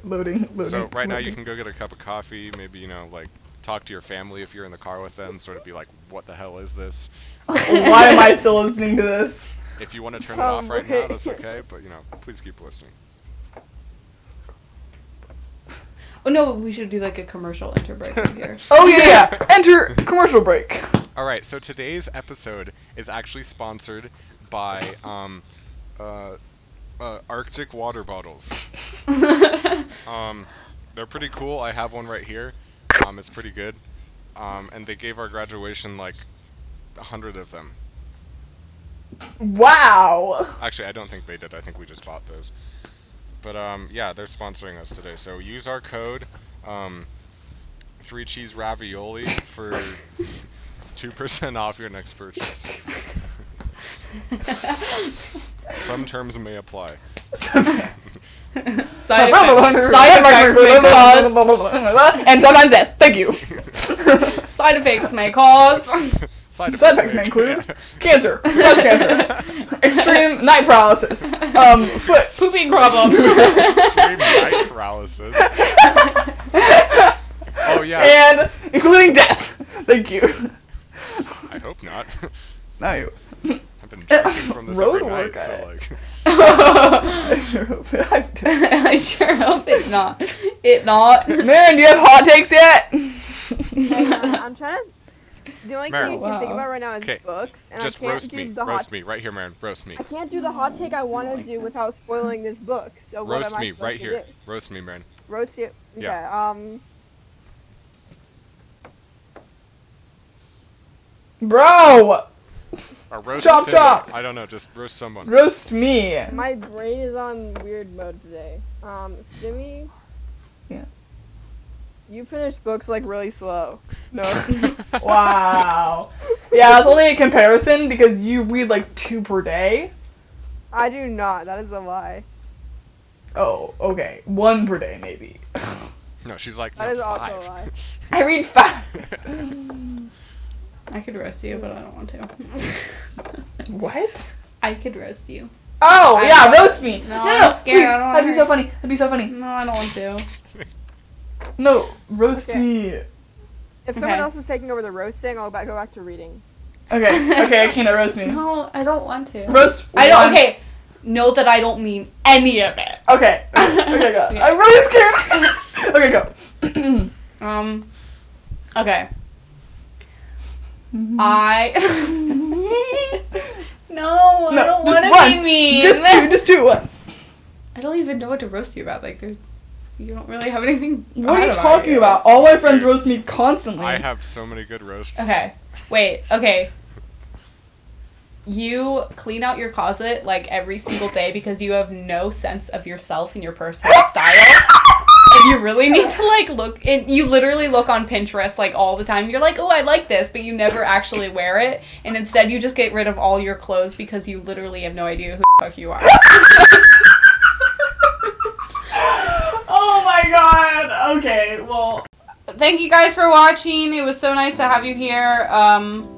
loading, loading. So right now you loading. can go get a cup of coffee, maybe you know like talk to your family if you're in the car with them, sort of be like, what the hell is this? Why am *laughs* I still listening to this? If you want to turn it off right now, that's Alright. okay, but you know, please keep listening. Oh no, we should do like a commercial interbreak here. *laughs* Oh yeah, *laughs* yeah. Enter commercial break. All right, so today's episode is actually sponsored by um, uh, uh, Arctic water bottles. um, they're pretty cool. I have one right here. Um, it's pretty good. Um, and they gave our graduation like a hundred of them. *laughs* Wow. Actually, I don't think they did. I think we just bought those. But um, yeah, they're sponsoring us today. So use our code, um, three cheese ravioli for two percent off your next purchase. Some terms may apply. Side effects, side effects may cause. and sometimes this. Thank you. Side effects may *laughs* cause. Side effects, Side effects may *laughs* include cancer, breast cancer, extreme night paralysis, um, foot *laughs* Pooping problems. extreme night paralysis. oh yeah, and including death. Thank you. I hope not. *laughs* Now you. I've been drinking from this Road every night, workout. so like. I sure hope it- I do. *laughs* I sure hope it not. It not. Marin, do you have hot takes yet? Hang on, Um, I'm trying to. The only Mary. thing you can think Wow. about right now is 'Kay. books, and Just I can't roast do me, the roast hot. me right here, Marin. Roast me. I can't do the hot take I want to do without spoiling this book. So what Roast am I me supposed right to here. do? Roast me, Marin. Roast you. Okay. Yeah. Um. Bro, Or roast Chop, Cinder. chop. I don't know. Just roast someone. roast me. My brain is on weird mode today. Um, Simi. Yeah. You finish books like really slow. No. *laughs* wow. Yeah, it's only a comparison because you read like two per day. I do not. That is a lie. Oh, okay. One per day, maybe. No, she's like That no, is five. also a lie. I read five. *laughs* I could roast you, but I don't want to. What? I could roast you. Oh, I yeah, don't- roast me. No, I'm scared, please, I don't wanna That'd be so hurt. funny. That'd be so funny. No, I don't want to. No, roast Okay. me. If Okay. someone else is taking over the roasting, I'll back, go back to reading. Okay, okay, Akina, roast me. *laughs* No, I don't want to. Roast. I one- don't. Okay, know that I don't mean any of it. Okay. Okay, go. I'm really scared. *laughs* okay, *clears throat* go. Um. Okay. Mm-hmm. I. *laughs* no, No, I don't just want to be once. mean. Just do, just do it once. I don't even know what to roast you about. Like, there's, you don't really have anything. What bad are you talking you. about? All my friends roast me constantly. I have so many good roasts. Okay. Wait. Okay. You clean out your closet like every single day because you have no sense of yourself and your personal style. And you really need to like look and you literally look on Pinterest like all the time. You're like, "Oh, I like this," but you never actually wear it. And instead, you just get rid of all your clothes because you literally have no idea who the fuck you are. oh my god. Okay, well. Thank you guys for watching. It was so nice to have you here. Um,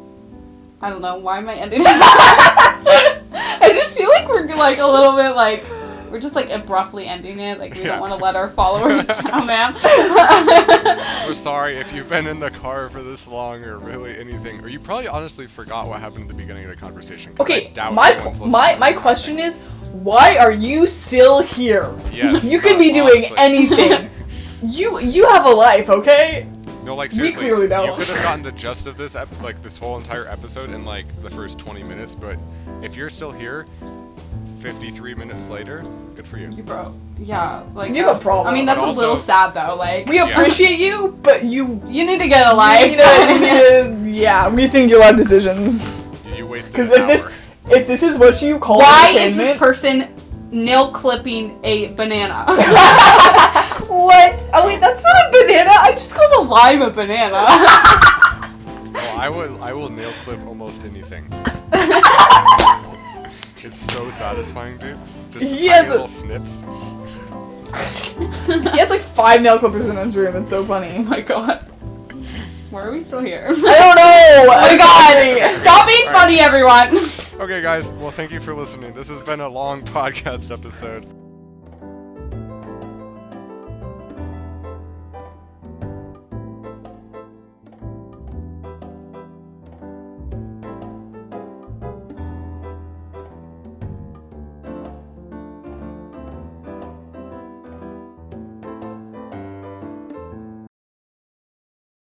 I don't know why am I ending. *laughs* I just feel like we're like a little bit like we're just like abruptly ending it. Like we Yeah. don't want to let our followers down, man. We're sorry if you've been in the car for this long or really anything, or you probably honestly forgot what happened at the beginning of the conversation. 'cause I Okay, doubt my anyone's listening my to my this question is, why are you still here? Yes, *laughs* you could no, be doing honestly. *laughs* anything. you you have a life, okay? thing. No, like seriously, clearly you don't. could have gotten the gist of this, ep- like this whole entire episode in like the first 20 minutes. But if you're still here, 53 minutes later, good for you. Bro, *laughs* yeah, like You have a that's- problem. I mean, that's But a little also- sad though. Like We appreciate you, but you you need to get a I life. need *laughs* to, you need *laughs* to- yeah, rethink your life decisions. You, you wasted Because an if this hour. if this is what you call Why is this entertainment- person nail clipping *laughs* a banana? *laughs* what? oh wait, that's not a banana. I just call the lime a banana. *laughs* Oh, I will I will nail clip almost anything. it's so satisfying, dude. Just the He tiny has a- little snips. He has like five nail clippers in his room. It's so funny. Oh my god. *laughs* Why are we still here? I don't know. Oh my god! Stop being funny, everyone! All Okay, guys. Well, thank you for listening. This has been a long *laughs* podcast episode.